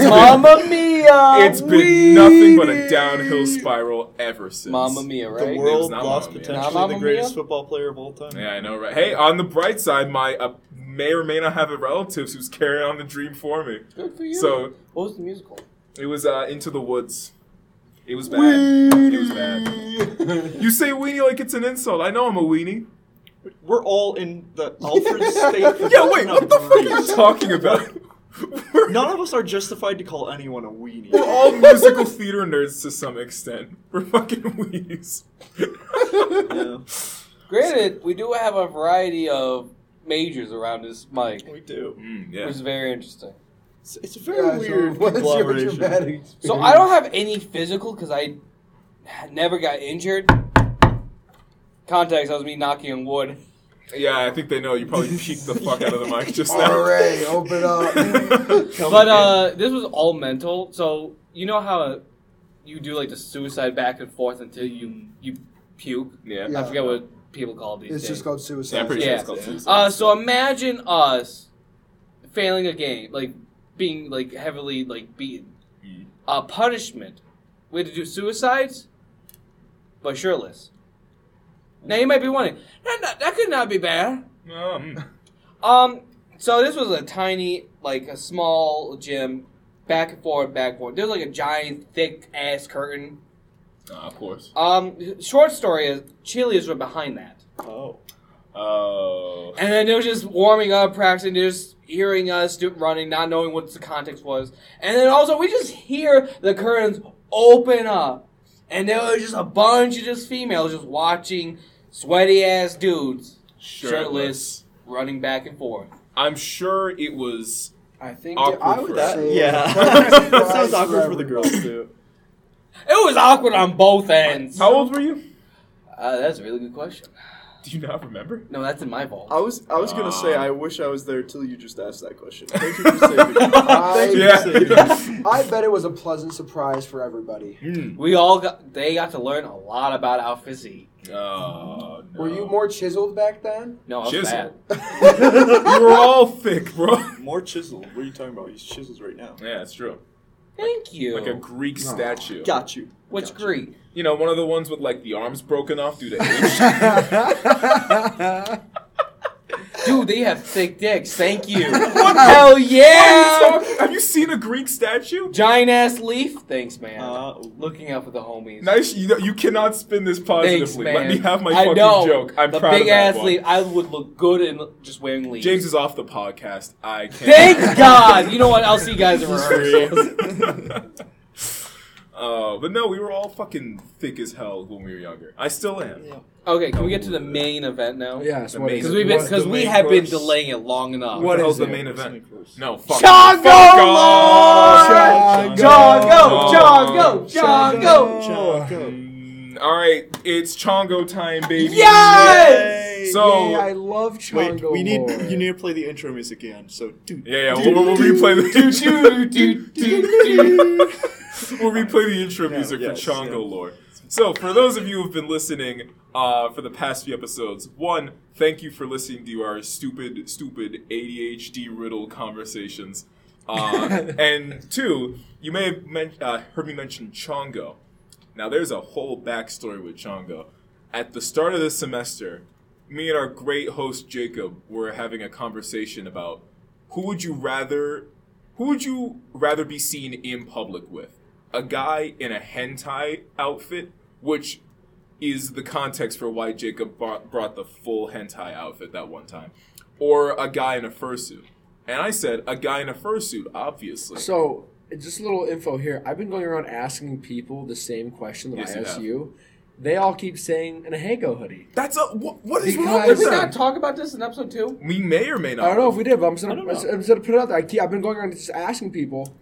[SPEAKER 5] been,
[SPEAKER 1] Mamma mia!
[SPEAKER 5] it's been nothing but a downhill spiral ever since.
[SPEAKER 3] Mamma mia,
[SPEAKER 2] The
[SPEAKER 3] right?
[SPEAKER 2] world
[SPEAKER 5] not
[SPEAKER 2] lost
[SPEAKER 5] Mamma Mia.
[SPEAKER 2] potentially
[SPEAKER 3] Not
[SPEAKER 2] the
[SPEAKER 3] Mamma
[SPEAKER 2] greatest
[SPEAKER 3] Mia?
[SPEAKER 2] football player of all time.
[SPEAKER 5] Yeah, I know, right? Hey, on the bright side, my uh, may or may not have a relatives who's carrying on the dream for me.
[SPEAKER 3] Good for you.
[SPEAKER 5] So
[SPEAKER 3] what was the musical?
[SPEAKER 5] it was uh, Into the Woods. It was bad. It was bad. You say weenie like it's an insult. I know I'm a weenie.
[SPEAKER 2] We're all in the Alfred State.
[SPEAKER 5] Yeah, wait,
[SPEAKER 2] production
[SPEAKER 5] what
[SPEAKER 2] of
[SPEAKER 5] the fuck are
[SPEAKER 2] Grease.
[SPEAKER 5] you talking about? We're,
[SPEAKER 2] None of us are justified to call anyone a weenie.
[SPEAKER 5] we're all musical theater nerds to some extent. We're fucking weenies.
[SPEAKER 2] Yeah,
[SPEAKER 3] Granted, we do have a variety of majors around this mic,
[SPEAKER 2] we do.
[SPEAKER 5] Mm,
[SPEAKER 3] which is
[SPEAKER 5] yeah.
[SPEAKER 3] very interesting.
[SPEAKER 2] It's, it's a very weird
[SPEAKER 7] what's your
[SPEAKER 2] collaboration.
[SPEAKER 7] dramatic
[SPEAKER 3] So
[SPEAKER 1] Mhm.
[SPEAKER 7] experience?
[SPEAKER 3] I don't have any physical because I never got injured. Context, that was me knocking on wood.
[SPEAKER 5] Yeah, I think they know. You probably peeked the fuck out of the mic just now.
[SPEAKER 7] Alright, open up.
[SPEAKER 3] But uh, this was all mental. So you know how you do like the suicide back and forth until you you puke.
[SPEAKER 5] yeah.
[SPEAKER 7] Yeah.
[SPEAKER 3] I forget what people call these.
[SPEAKER 7] It's
[SPEAKER 3] things.
[SPEAKER 7] just called
[SPEAKER 5] Yeah, I'm
[SPEAKER 7] suicide.
[SPEAKER 5] pretty sure it's
[SPEAKER 3] Yeah.
[SPEAKER 5] called suicide.
[SPEAKER 3] Uh, so imagine us failing a game, like being like heavily like beaten.
[SPEAKER 7] Mm-hmm.
[SPEAKER 5] Mm.
[SPEAKER 3] Uh, punishment. We had to do suicides, but shirtless. Now you might be wondering, that, that, that could not be bad.
[SPEAKER 5] Um,
[SPEAKER 3] Um, so this was a tiny, like a small gym, back and forth, back and forth. There was like a giant, thick ass curtain.
[SPEAKER 5] uh, of course.
[SPEAKER 3] Um, short story is Chile's were behind that.
[SPEAKER 2] oh,
[SPEAKER 5] Oh.
[SPEAKER 3] And then they were just warming up, practicing, just hearing us do, running, not knowing what the context was. And then also, we just hear the curtains open up. And there was just a bunch of just females just watching sweaty ass dudes, shirtless, running back and forth.
[SPEAKER 5] I'm sure it was.
[SPEAKER 1] I think
[SPEAKER 5] Awkward
[SPEAKER 1] I would
[SPEAKER 5] for us.
[SPEAKER 1] say
[SPEAKER 2] yeah.
[SPEAKER 5] Christ
[SPEAKER 2] that sounds awkward for
[SPEAKER 7] forever.
[SPEAKER 2] the girls too.
[SPEAKER 3] It was awkward on both ends.
[SPEAKER 5] How old were you?
[SPEAKER 3] Uh, that's a really good question.
[SPEAKER 5] Do you not remember?
[SPEAKER 3] No, that's in my vault.
[SPEAKER 2] I was I was gonna say
[SPEAKER 5] Um.
[SPEAKER 2] I wish I was there till you just asked that question. Thank you for saving me. Thank you
[SPEAKER 5] Yeah.
[SPEAKER 2] for saving me.
[SPEAKER 7] I bet it was a pleasant surprise for everybody.
[SPEAKER 3] We all got, they got to learn a lot about our physique.
[SPEAKER 5] Oh, Uh, no.
[SPEAKER 7] Were you more chiseled back then?
[SPEAKER 3] No, I was
[SPEAKER 5] Chisel.
[SPEAKER 3] fat.
[SPEAKER 5] You were all thick, bro.
[SPEAKER 2] More chisel. What are you talking about? He's chisels right now.
[SPEAKER 5] Yeah, it's true.
[SPEAKER 3] Thank you.
[SPEAKER 5] Like a Greek statue.
[SPEAKER 2] Got you.
[SPEAKER 3] What's Greek?
[SPEAKER 5] You know, one of the ones with like the arms broken off due to age.
[SPEAKER 3] Dude, they have thick dicks. Thank you. Hell yeah!
[SPEAKER 5] Have you seen a Greek statue?
[SPEAKER 3] Giant ass leaf. Thanks, man.
[SPEAKER 2] Uh,
[SPEAKER 3] Looking out for the homies.
[SPEAKER 5] Nice. You, know, you cannot spin this positively.
[SPEAKER 3] Thanks,
[SPEAKER 5] Let
[SPEAKER 3] man.
[SPEAKER 5] me have my
[SPEAKER 3] I
[SPEAKER 5] fucking
[SPEAKER 3] know.
[SPEAKER 5] joke. I'm
[SPEAKER 3] the
[SPEAKER 5] proud
[SPEAKER 3] big
[SPEAKER 5] of that
[SPEAKER 3] ass
[SPEAKER 5] one.
[SPEAKER 3] leaf. I would look good in just wearing leaves.
[SPEAKER 5] James is off the podcast. I can't.
[SPEAKER 3] Thank God. You know what? I'll see you guys in rehearsals.
[SPEAKER 5] Uh, but no, we were all fucking thick as hell when we were younger. I still am.
[SPEAKER 3] Okay, can we get to the main event now?
[SPEAKER 1] Yes,
[SPEAKER 5] The
[SPEAKER 1] what
[SPEAKER 5] main-
[SPEAKER 1] is
[SPEAKER 3] Because
[SPEAKER 1] it?
[SPEAKER 3] we've been
[SPEAKER 1] What-
[SPEAKER 3] because
[SPEAKER 5] the
[SPEAKER 3] we
[SPEAKER 5] main
[SPEAKER 3] have been
[SPEAKER 5] course?
[SPEAKER 3] delaying it long enough.
[SPEAKER 5] What the hell's
[SPEAKER 1] is it?
[SPEAKER 5] the main event?
[SPEAKER 2] Snickers.
[SPEAKER 5] No, fuck.
[SPEAKER 3] Chongo
[SPEAKER 5] Fuck
[SPEAKER 3] Lord!
[SPEAKER 5] off.
[SPEAKER 1] Chongo!
[SPEAKER 3] Chongo, Chongo,
[SPEAKER 1] Chongo!
[SPEAKER 3] Chongo.
[SPEAKER 5] Mm, all right, it's Chongo time, baby.
[SPEAKER 3] Yes.
[SPEAKER 5] So
[SPEAKER 1] Yay, I
[SPEAKER 5] yeah,
[SPEAKER 1] love Chongo
[SPEAKER 2] Wait, we need
[SPEAKER 1] Lord.
[SPEAKER 2] you need to play the intro music again. So, dude,
[SPEAKER 5] yeah, we'll, we'll replay the we'll replay the intro
[SPEAKER 2] Yeah,
[SPEAKER 5] music
[SPEAKER 2] yes,
[SPEAKER 5] for Chongo
[SPEAKER 2] yeah.
[SPEAKER 5] lore. So for those of you who've been listening uh, for the past few episodes, one, thank you for listening to our stupid, stupid ADHD riddle conversations. Uh, and two, you may have men- uh, heard me mention Chongo. Now, there's a whole backstory with Chongo. At the start of this semester, me and our great host Jacob were having a conversation about who would you rather who would you rather be seen in public with? A guy in a hentai outfit, which is the context for why Jacob brought, brought the full hentai outfit that one time, or a guy in a fursuit. And I said, a guy in a fursuit, obviously.
[SPEAKER 1] So, just a little info here. I've been going around asking people the same question that
[SPEAKER 5] Yes,
[SPEAKER 1] I
[SPEAKER 5] you
[SPEAKER 1] asked
[SPEAKER 5] have.
[SPEAKER 1] you. They all keep saying an Hanko hoodie.
[SPEAKER 5] That's a what, what is wrong
[SPEAKER 1] Because-
[SPEAKER 5] with
[SPEAKER 3] Did we
[SPEAKER 5] that?
[SPEAKER 3] not talk about this in episode two?
[SPEAKER 5] We may or may not.
[SPEAKER 1] I don't know if we did, but I'm just
[SPEAKER 2] I
[SPEAKER 1] gonna,
[SPEAKER 2] don't
[SPEAKER 1] I'm
[SPEAKER 2] know.
[SPEAKER 1] just I'm just gonna put it out there. I keep, I've been going around just asking people.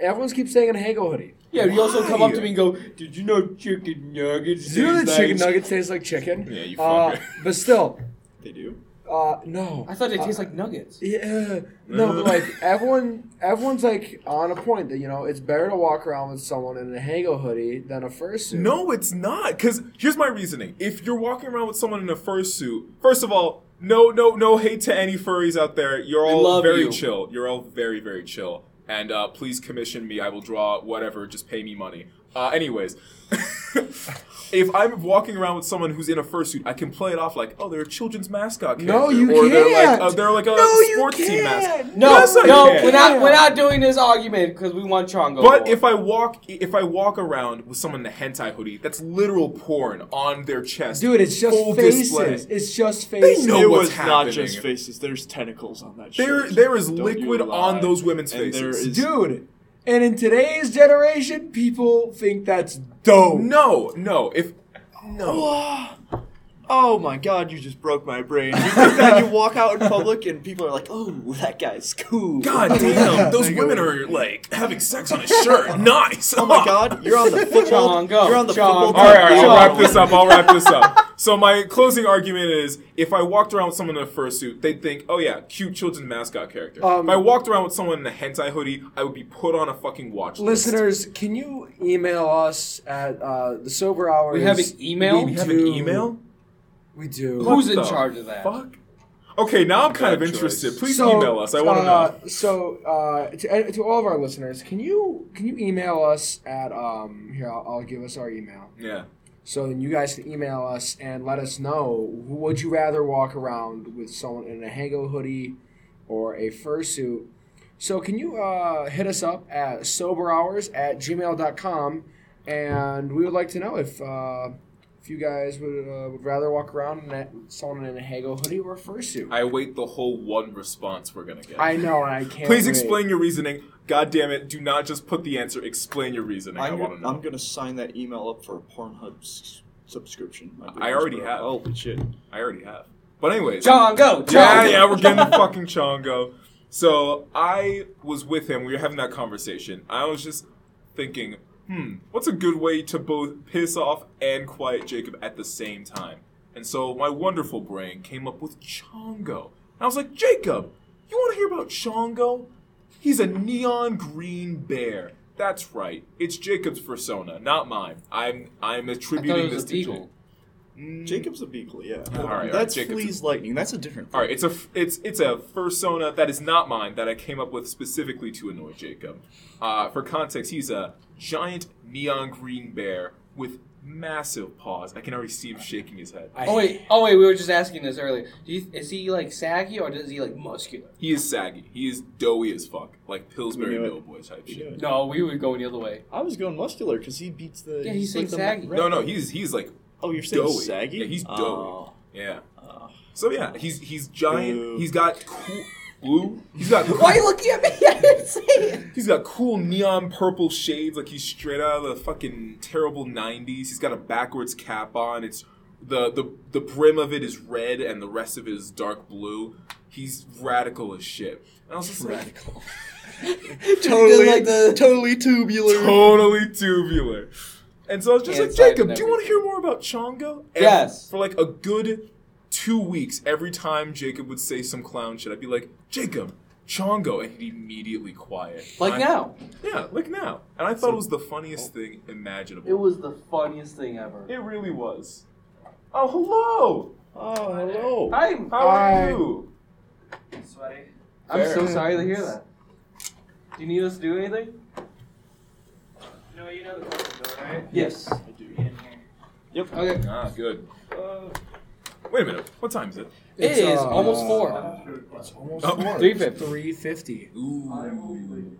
[SPEAKER 1] Everyone's keeps saying an Hanko hoodie.
[SPEAKER 3] Yeah, you also come up to
[SPEAKER 5] Why?
[SPEAKER 3] me and go, "Did you know chicken nuggets?"
[SPEAKER 1] Do you know that
[SPEAKER 3] taste like-"
[SPEAKER 1] chicken nuggets taste like chicken?
[SPEAKER 5] Yeah, you
[SPEAKER 1] Uh,
[SPEAKER 5] fucker.
[SPEAKER 1] but still,
[SPEAKER 2] they do.
[SPEAKER 1] uh, no.
[SPEAKER 3] I thought they taste like nuggets.
[SPEAKER 1] Yeah, no, but like everyone, everyone's like on a point that you know it's better to walk around with someone in a Hango hoodie than a fursuit.
[SPEAKER 5] No, it's not. Because here's my reasoning: if you're walking around with someone in a fursuit, first of all, no, no, no hate to any furries out there. You're
[SPEAKER 3] We
[SPEAKER 5] all
[SPEAKER 3] love
[SPEAKER 5] very
[SPEAKER 3] you.
[SPEAKER 5] chill. You're all very, very chill. And uh, please commission me. I will draw whatever. Just pay me money. Uh, anyways, if I'm walking around with someone who's in a fursuit, I can play it off like, oh, they're a children's mascot. Character.
[SPEAKER 1] No, you
[SPEAKER 5] or They're like,
[SPEAKER 1] can't.
[SPEAKER 5] uh, they're like a
[SPEAKER 1] No, you
[SPEAKER 5] sports team mascot.
[SPEAKER 1] can't.
[SPEAKER 3] No,
[SPEAKER 5] Yes, I
[SPEAKER 3] no,
[SPEAKER 5] can.
[SPEAKER 3] we're not we're not doing this argument because we want Chongo.
[SPEAKER 5] But
[SPEAKER 1] Oh.
[SPEAKER 3] more.
[SPEAKER 5] if I walk, if I walk around with someone in a hentai hoodie, that's literal porn on their chest,
[SPEAKER 1] Dude, it's just
[SPEAKER 5] Full
[SPEAKER 1] faces.
[SPEAKER 5] display.
[SPEAKER 1] It's just faces.
[SPEAKER 5] know
[SPEAKER 2] it
[SPEAKER 5] what's
[SPEAKER 2] was
[SPEAKER 5] happening.
[SPEAKER 2] not just faces. There's tentacles on that.
[SPEAKER 5] There-
[SPEAKER 2] shirt.
[SPEAKER 5] there is
[SPEAKER 2] Don't
[SPEAKER 5] liquid
[SPEAKER 2] you lie.
[SPEAKER 5] on those women's
[SPEAKER 2] And there
[SPEAKER 5] faces.
[SPEAKER 2] is-
[SPEAKER 1] Dude, and in today's generation, people think that's dope.
[SPEAKER 5] No, no. If no,
[SPEAKER 2] oh my god, you just broke my brain. You think that you walk out in public and people are like, "Oh, that guy's cool."
[SPEAKER 5] god damn, those
[SPEAKER 2] Like,
[SPEAKER 5] women are like having sex on a shirt. Nice.
[SPEAKER 2] Oh my god, you're on the football.
[SPEAKER 3] Chong, go.
[SPEAKER 2] You're on the
[SPEAKER 3] Chong.
[SPEAKER 2] football.
[SPEAKER 5] All right, all right,
[SPEAKER 2] team.
[SPEAKER 5] I'll wrap this up. I'll wrap this up. So my closing argument is, if I walked around with someone in a fursuit, they'd think, "Oh yeah, cute children's mascot character."
[SPEAKER 1] Um,
[SPEAKER 5] if I walked around with someone in a hentai hoodie, I would be put on a fucking watch list.
[SPEAKER 1] Listeners, can you email us at uh, the sober hour?
[SPEAKER 3] We have
[SPEAKER 1] is-
[SPEAKER 3] an email?
[SPEAKER 5] we
[SPEAKER 1] We
[SPEAKER 5] have
[SPEAKER 1] do.
[SPEAKER 5] an email.
[SPEAKER 1] We do.
[SPEAKER 3] who's in
[SPEAKER 5] the
[SPEAKER 3] charge of that?
[SPEAKER 5] Fuck. Okay, now I'm kind of Bad choice. interested. Please
[SPEAKER 1] So,
[SPEAKER 5] email us. I want to
[SPEAKER 1] uh,
[SPEAKER 5] know.
[SPEAKER 1] So, uh, to, to all of our listeners, can you can you email us at um, here? I'll, I'll give us our email.
[SPEAKER 5] Yeah.
[SPEAKER 1] So then you guys can email us and let us know who would you rather walk around with someone in a Hango hoodie or a fursuit. So can you uh, hit us up at soberhours at gmail.com and we would like to know if uh, if you guys would, uh, would rather walk around in a, someone in a Hango hoodie or a fursuit.
[SPEAKER 5] I wait the whole one response we're gonna get.
[SPEAKER 1] I, know, and I can't.
[SPEAKER 5] Please
[SPEAKER 1] wait.
[SPEAKER 5] explain your reasoning. God damn it! Do not just put the answer. Explain your reasoning. i
[SPEAKER 2] I'm,
[SPEAKER 5] want to
[SPEAKER 2] gonna,
[SPEAKER 5] know.
[SPEAKER 2] I'm gonna sign that email up for a Pornhub s- subscription. My
[SPEAKER 5] I already
[SPEAKER 2] goodness,
[SPEAKER 5] have.
[SPEAKER 2] bro. Holy shit!
[SPEAKER 5] I already have. But anyways.
[SPEAKER 3] Chongo, Chongo.
[SPEAKER 5] Yeah, yeah, we're getting the fucking chongo. So I was with him. We were having that conversation. I was just thinking, hmm, what's a good way to both piss off and quiet Jacob at the same time? And so my wonderful brain came up with chongo. And I was like, Jacob, you want to hear about chongo? He's a neon green bear. That's right. It's Jacob's persona, not mine. I'm I'm
[SPEAKER 3] I thought
[SPEAKER 5] attributing
[SPEAKER 3] it
[SPEAKER 5] this
[SPEAKER 3] was a
[SPEAKER 5] to
[SPEAKER 3] beagle.
[SPEAKER 5] Jacob.
[SPEAKER 2] Jacob's a beagle, yeah.
[SPEAKER 5] all right,
[SPEAKER 2] That's
[SPEAKER 5] Jacob's a-
[SPEAKER 2] Flea's lightning. That's a different.
[SPEAKER 5] All right, it's a f- it's it's a fursona that is not mine that I came up with specifically to annoy Jacob. Uh, for context, he's a giant neon green bear with massive paws. I can already see him shaking his head.
[SPEAKER 3] Oh wait, oh wait, we were just asking this earlier. Do you, is he like saggy or is he like muscular?
[SPEAKER 5] He is saggy. He is doughy as fuck, like Pillsbury
[SPEAKER 2] We knew it.
[SPEAKER 5] Doughboy type
[SPEAKER 2] We knew
[SPEAKER 5] shit.
[SPEAKER 2] it.
[SPEAKER 3] No, we would go the other way.
[SPEAKER 2] I was going muscular because he beats the.
[SPEAKER 3] Yeah, he's
[SPEAKER 2] like
[SPEAKER 3] saying
[SPEAKER 2] the
[SPEAKER 3] saggy.
[SPEAKER 2] rep-
[SPEAKER 5] No, no, he's he's like
[SPEAKER 2] Oh, you're saying
[SPEAKER 5] doughy.
[SPEAKER 2] saggy?
[SPEAKER 5] Yeah, he's doughy.
[SPEAKER 2] Oh.
[SPEAKER 5] Yeah. So yeah, he's he's giant.
[SPEAKER 2] Boo.
[SPEAKER 5] He's got cool blue. He's got
[SPEAKER 6] Why are you looking at me? I didn't say it.
[SPEAKER 5] He's got cool neon purple shades, like he's straight out of the fucking terrible '90s. He's got a backwards cap on. It's the the the brim of it is red, and the rest of it is dark blue. He's radical as shit. And I was just like,
[SPEAKER 2] Totally,
[SPEAKER 6] Like the-
[SPEAKER 2] totally tubular.
[SPEAKER 5] totally tubular. And so I was just
[SPEAKER 3] And
[SPEAKER 5] like,
[SPEAKER 3] size
[SPEAKER 5] Jacob,
[SPEAKER 3] and
[SPEAKER 5] do you want to
[SPEAKER 3] everything.
[SPEAKER 5] hear more about Chongo? And
[SPEAKER 3] Yes.
[SPEAKER 5] For like a good two weeks, every time Jacob would say some clown shit, I'd be like, Jacob, Chongo, and he'd immediately quiet.
[SPEAKER 3] Like
[SPEAKER 5] I'm-
[SPEAKER 3] now,
[SPEAKER 5] Yeah, like now. And I thought it was the funniest thing imaginable.
[SPEAKER 3] it was the funniest thing ever.
[SPEAKER 5] It really was. Oh, hello!
[SPEAKER 2] Oh, hello.
[SPEAKER 3] I'm
[SPEAKER 5] How are
[SPEAKER 1] Hi.
[SPEAKER 5] you?
[SPEAKER 3] sweaty. I'm so
[SPEAKER 5] Fair.
[SPEAKER 3] sorry to hear that. Do you need us to do anything?
[SPEAKER 8] No, you know the fucking door, right?
[SPEAKER 3] Yes.
[SPEAKER 2] I do.
[SPEAKER 8] Get in here.
[SPEAKER 3] Okay.
[SPEAKER 5] Ah, good.
[SPEAKER 8] Uh,
[SPEAKER 5] Wait a minute. What time is it?
[SPEAKER 1] It's,
[SPEAKER 3] It is
[SPEAKER 1] uh,
[SPEAKER 3] almost four.
[SPEAKER 1] It's almost
[SPEAKER 5] Oh.
[SPEAKER 1] four.
[SPEAKER 3] 350.
[SPEAKER 1] 350.
[SPEAKER 5] Ooh.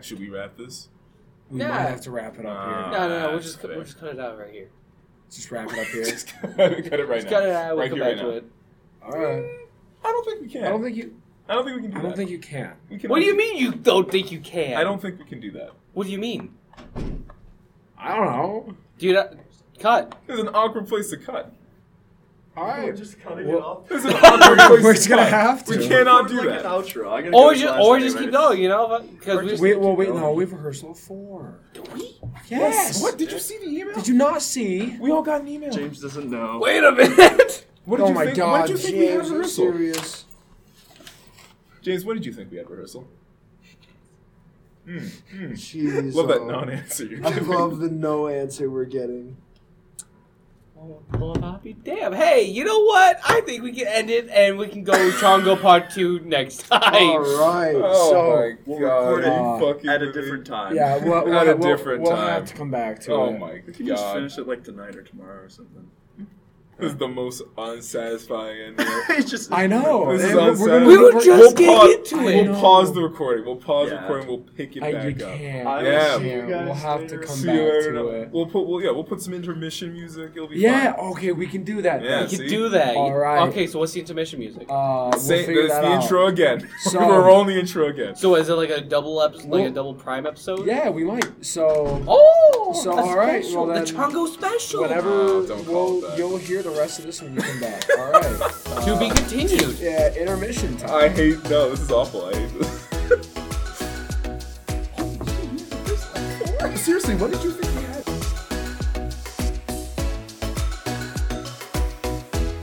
[SPEAKER 5] Should we wrap this?
[SPEAKER 1] We
[SPEAKER 3] Yeah.
[SPEAKER 1] might have to wrap it up here.
[SPEAKER 5] Ah.
[SPEAKER 3] No, no, no. We'll
[SPEAKER 5] that's
[SPEAKER 3] just cut-
[SPEAKER 5] fair.
[SPEAKER 3] we'll just cut it out right here.
[SPEAKER 1] Just wrap it up here.
[SPEAKER 5] Just cut it right
[SPEAKER 3] Just
[SPEAKER 5] now.
[SPEAKER 3] cut it out. We'll
[SPEAKER 5] right
[SPEAKER 3] come
[SPEAKER 5] here,
[SPEAKER 3] back
[SPEAKER 5] right
[SPEAKER 3] to
[SPEAKER 5] now.
[SPEAKER 3] it.
[SPEAKER 1] All right.
[SPEAKER 5] I don't think we can.
[SPEAKER 1] I don't think you.
[SPEAKER 5] I don't think we can do
[SPEAKER 1] I
[SPEAKER 5] that.
[SPEAKER 1] don't think you can.
[SPEAKER 5] we can
[SPEAKER 3] What do you mean you don't think you can?
[SPEAKER 5] I don't think we can do that.
[SPEAKER 3] What do you mean,
[SPEAKER 1] I don't know.
[SPEAKER 3] dude? I, cut.
[SPEAKER 5] There's an awkward place to cut.
[SPEAKER 1] All right.
[SPEAKER 2] just cutting
[SPEAKER 1] Well-
[SPEAKER 2] off.
[SPEAKER 5] There's an awkward place
[SPEAKER 1] We're
[SPEAKER 5] to
[SPEAKER 1] just gonna
[SPEAKER 5] cut.
[SPEAKER 1] have to.
[SPEAKER 5] We cannot do
[SPEAKER 2] like
[SPEAKER 5] that.
[SPEAKER 2] an outro. I gotta go
[SPEAKER 3] Or
[SPEAKER 2] to
[SPEAKER 3] just,
[SPEAKER 2] class
[SPEAKER 3] or
[SPEAKER 2] today,
[SPEAKER 3] just
[SPEAKER 2] right?
[SPEAKER 3] keep going. You know, because we.
[SPEAKER 1] Wait, well, wait, no. We have rehearsal at four. Do we? Yes.
[SPEAKER 5] What? Did you see the email?
[SPEAKER 1] Did you not see?
[SPEAKER 5] We all got an email.
[SPEAKER 2] James doesn't know.
[SPEAKER 3] Wait a minute.
[SPEAKER 5] What did
[SPEAKER 1] oh
[SPEAKER 5] you
[SPEAKER 1] my
[SPEAKER 5] think?
[SPEAKER 1] God,
[SPEAKER 5] What did you think we
[SPEAKER 1] James, are
[SPEAKER 5] had
[SPEAKER 1] you
[SPEAKER 5] rehearsal?
[SPEAKER 1] serious?
[SPEAKER 5] James, what did you think we had rehearsal?
[SPEAKER 7] Jeez.
[SPEAKER 5] Love that
[SPEAKER 7] uh,
[SPEAKER 1] Hmm,
[SPEAKER 5] non-answer. You're
[SPEAKER 7] I
[SPEAKER 5] giving.
[SPEAKER 7] love the no answer we're getting.
[SPEAKER 3] Well, I'll be damn. Hey, you know what? I think we can end it and we can go Chongo Part 2 next time.
[SPEAKER 7] All right.
[SPEAKER 5] Oh
[SPEAKER 1] So,
[SPEAKER 5] my
[SPEAKER 4] we'll
[SPEAKER 5] god!
[SPEAKER 4] record it
[SPEAKER 5] you fucking
[SPEAKER 4] at a
[SPEAKER 5] idiot.
[SPEAKER 4] different time.
[SPEAKER 1] Yeah, we'll,
[SPEAKER 5] At a
[SPEAKER 1] we'll, we'll,
[SPEAKER 5] different
[SPEAKER 1] we'll
[SPEAKER 5] time.
[SPEAKER 1] have to come back to
[SPEAKER 5] Oh
[SPEAKER 1] it.
[SPEAKER 5] my
[SPEAKER 4] We can just
[SPEAKER 5] god!
[SPEAKER 4] finish it like tonight or tomorrow or something.
[SPEAKER 5] This is the most unsatisfying ending.
[SPEAKER 4] it's just
[SPEAKER 1] I
[SPEAKER 4] Oh,
[SPEAKER 1] know.
[SPEAKER 5] This is
[SPEAKER 1] And we're- we're
[SPEAKER 5] unsatisfying.
[SPEAKER 1] gonna-
[SPEAKER 3] We were
[SPEAKER 1] we're-
[SPEAKER 3] just getting
[SPEAKER 5] pause,
[SPEAKER 3] into it.
[SPEAKER 5] We'll pause the recording. We'll pause
[SPEAKER 4] Yeah.
[SPEAKER 5] recording. We'll pick it
[SPEAKER 1] I, you
[SPEAKER 5] back up.
[SPEAKER 1] can't.
[SPEAKER 4] I
[SPEAKER 5] will Yeah.
[SPEAKER 4] see you
[SPEAKER 1] We'll
[SPEAKER 4] guys
[SPEAKER 1] have to
[SPEAKER 4] later.
[SPEAKER 1] come
[SPEAKER 5] See
[SPEAKER 1] back
[SPEAKER 5] you later.
[SPEAKER 1] to it.
[SPEAKER 5] We'll put. We'll, yeah, we'll put some intermission music. It'll be
[SPEAKER 1] Yeah,
[SPEAKER 5] Fine.
[SPEAKER 1] okay, we can do that.
[SPEAKER 5] Yeah.
[SPEAKER 1] then.
[SPEAKER 3] We can
[SPEAKER 5] see?
[SPEAKER 3] do that.
[SPEAKER 1] All right.
[SPEAKER 3] Okay, so what's the intermission music?
[SPEAKER 1] Uh, we'll
[SPEAKER 5] Say,
[SPEAKER 1] figure
[SPEAKER 5] that's
[SPEAKER 1] that
[SPEAKER 5] the
[SPEAKER 1] out.
[SPEAKER 5] intro again.
[SPEAKER 1] So-
[SPEAKER 5] We're rolling the intro again.
[SPEAKER 3] So is it like a double episode, like a
[SPEAKER 1] Well-
[SPEAKER 3] double prime episode?
[SPEAKER 1] Yeah, we might. So
[SPEAKER 3] Oh,
[SPEAKER 1] So,
[SPEAKER 3] the
[SPEAKER 1] all right,
[SPEAKER 3] special,
[SPEAKER 1] well then,
[SPEAKER 3] the Chongo special.
[SPEAKER 1] whenever
[SPEAKER 5] Oh, don't call it
[SPEAKER 1] we'll,
[SPEAKER 5] that.
[SPEAKER 1] you'll hear the rest of this when you come back. All right. Uh,
[SPEAKER 3] To be continued.
[SPEAKER 1] Yeah, intermission time.
[SPEAKER 5] I hate. No, this is awful. I hate this. Seriously, what did you think?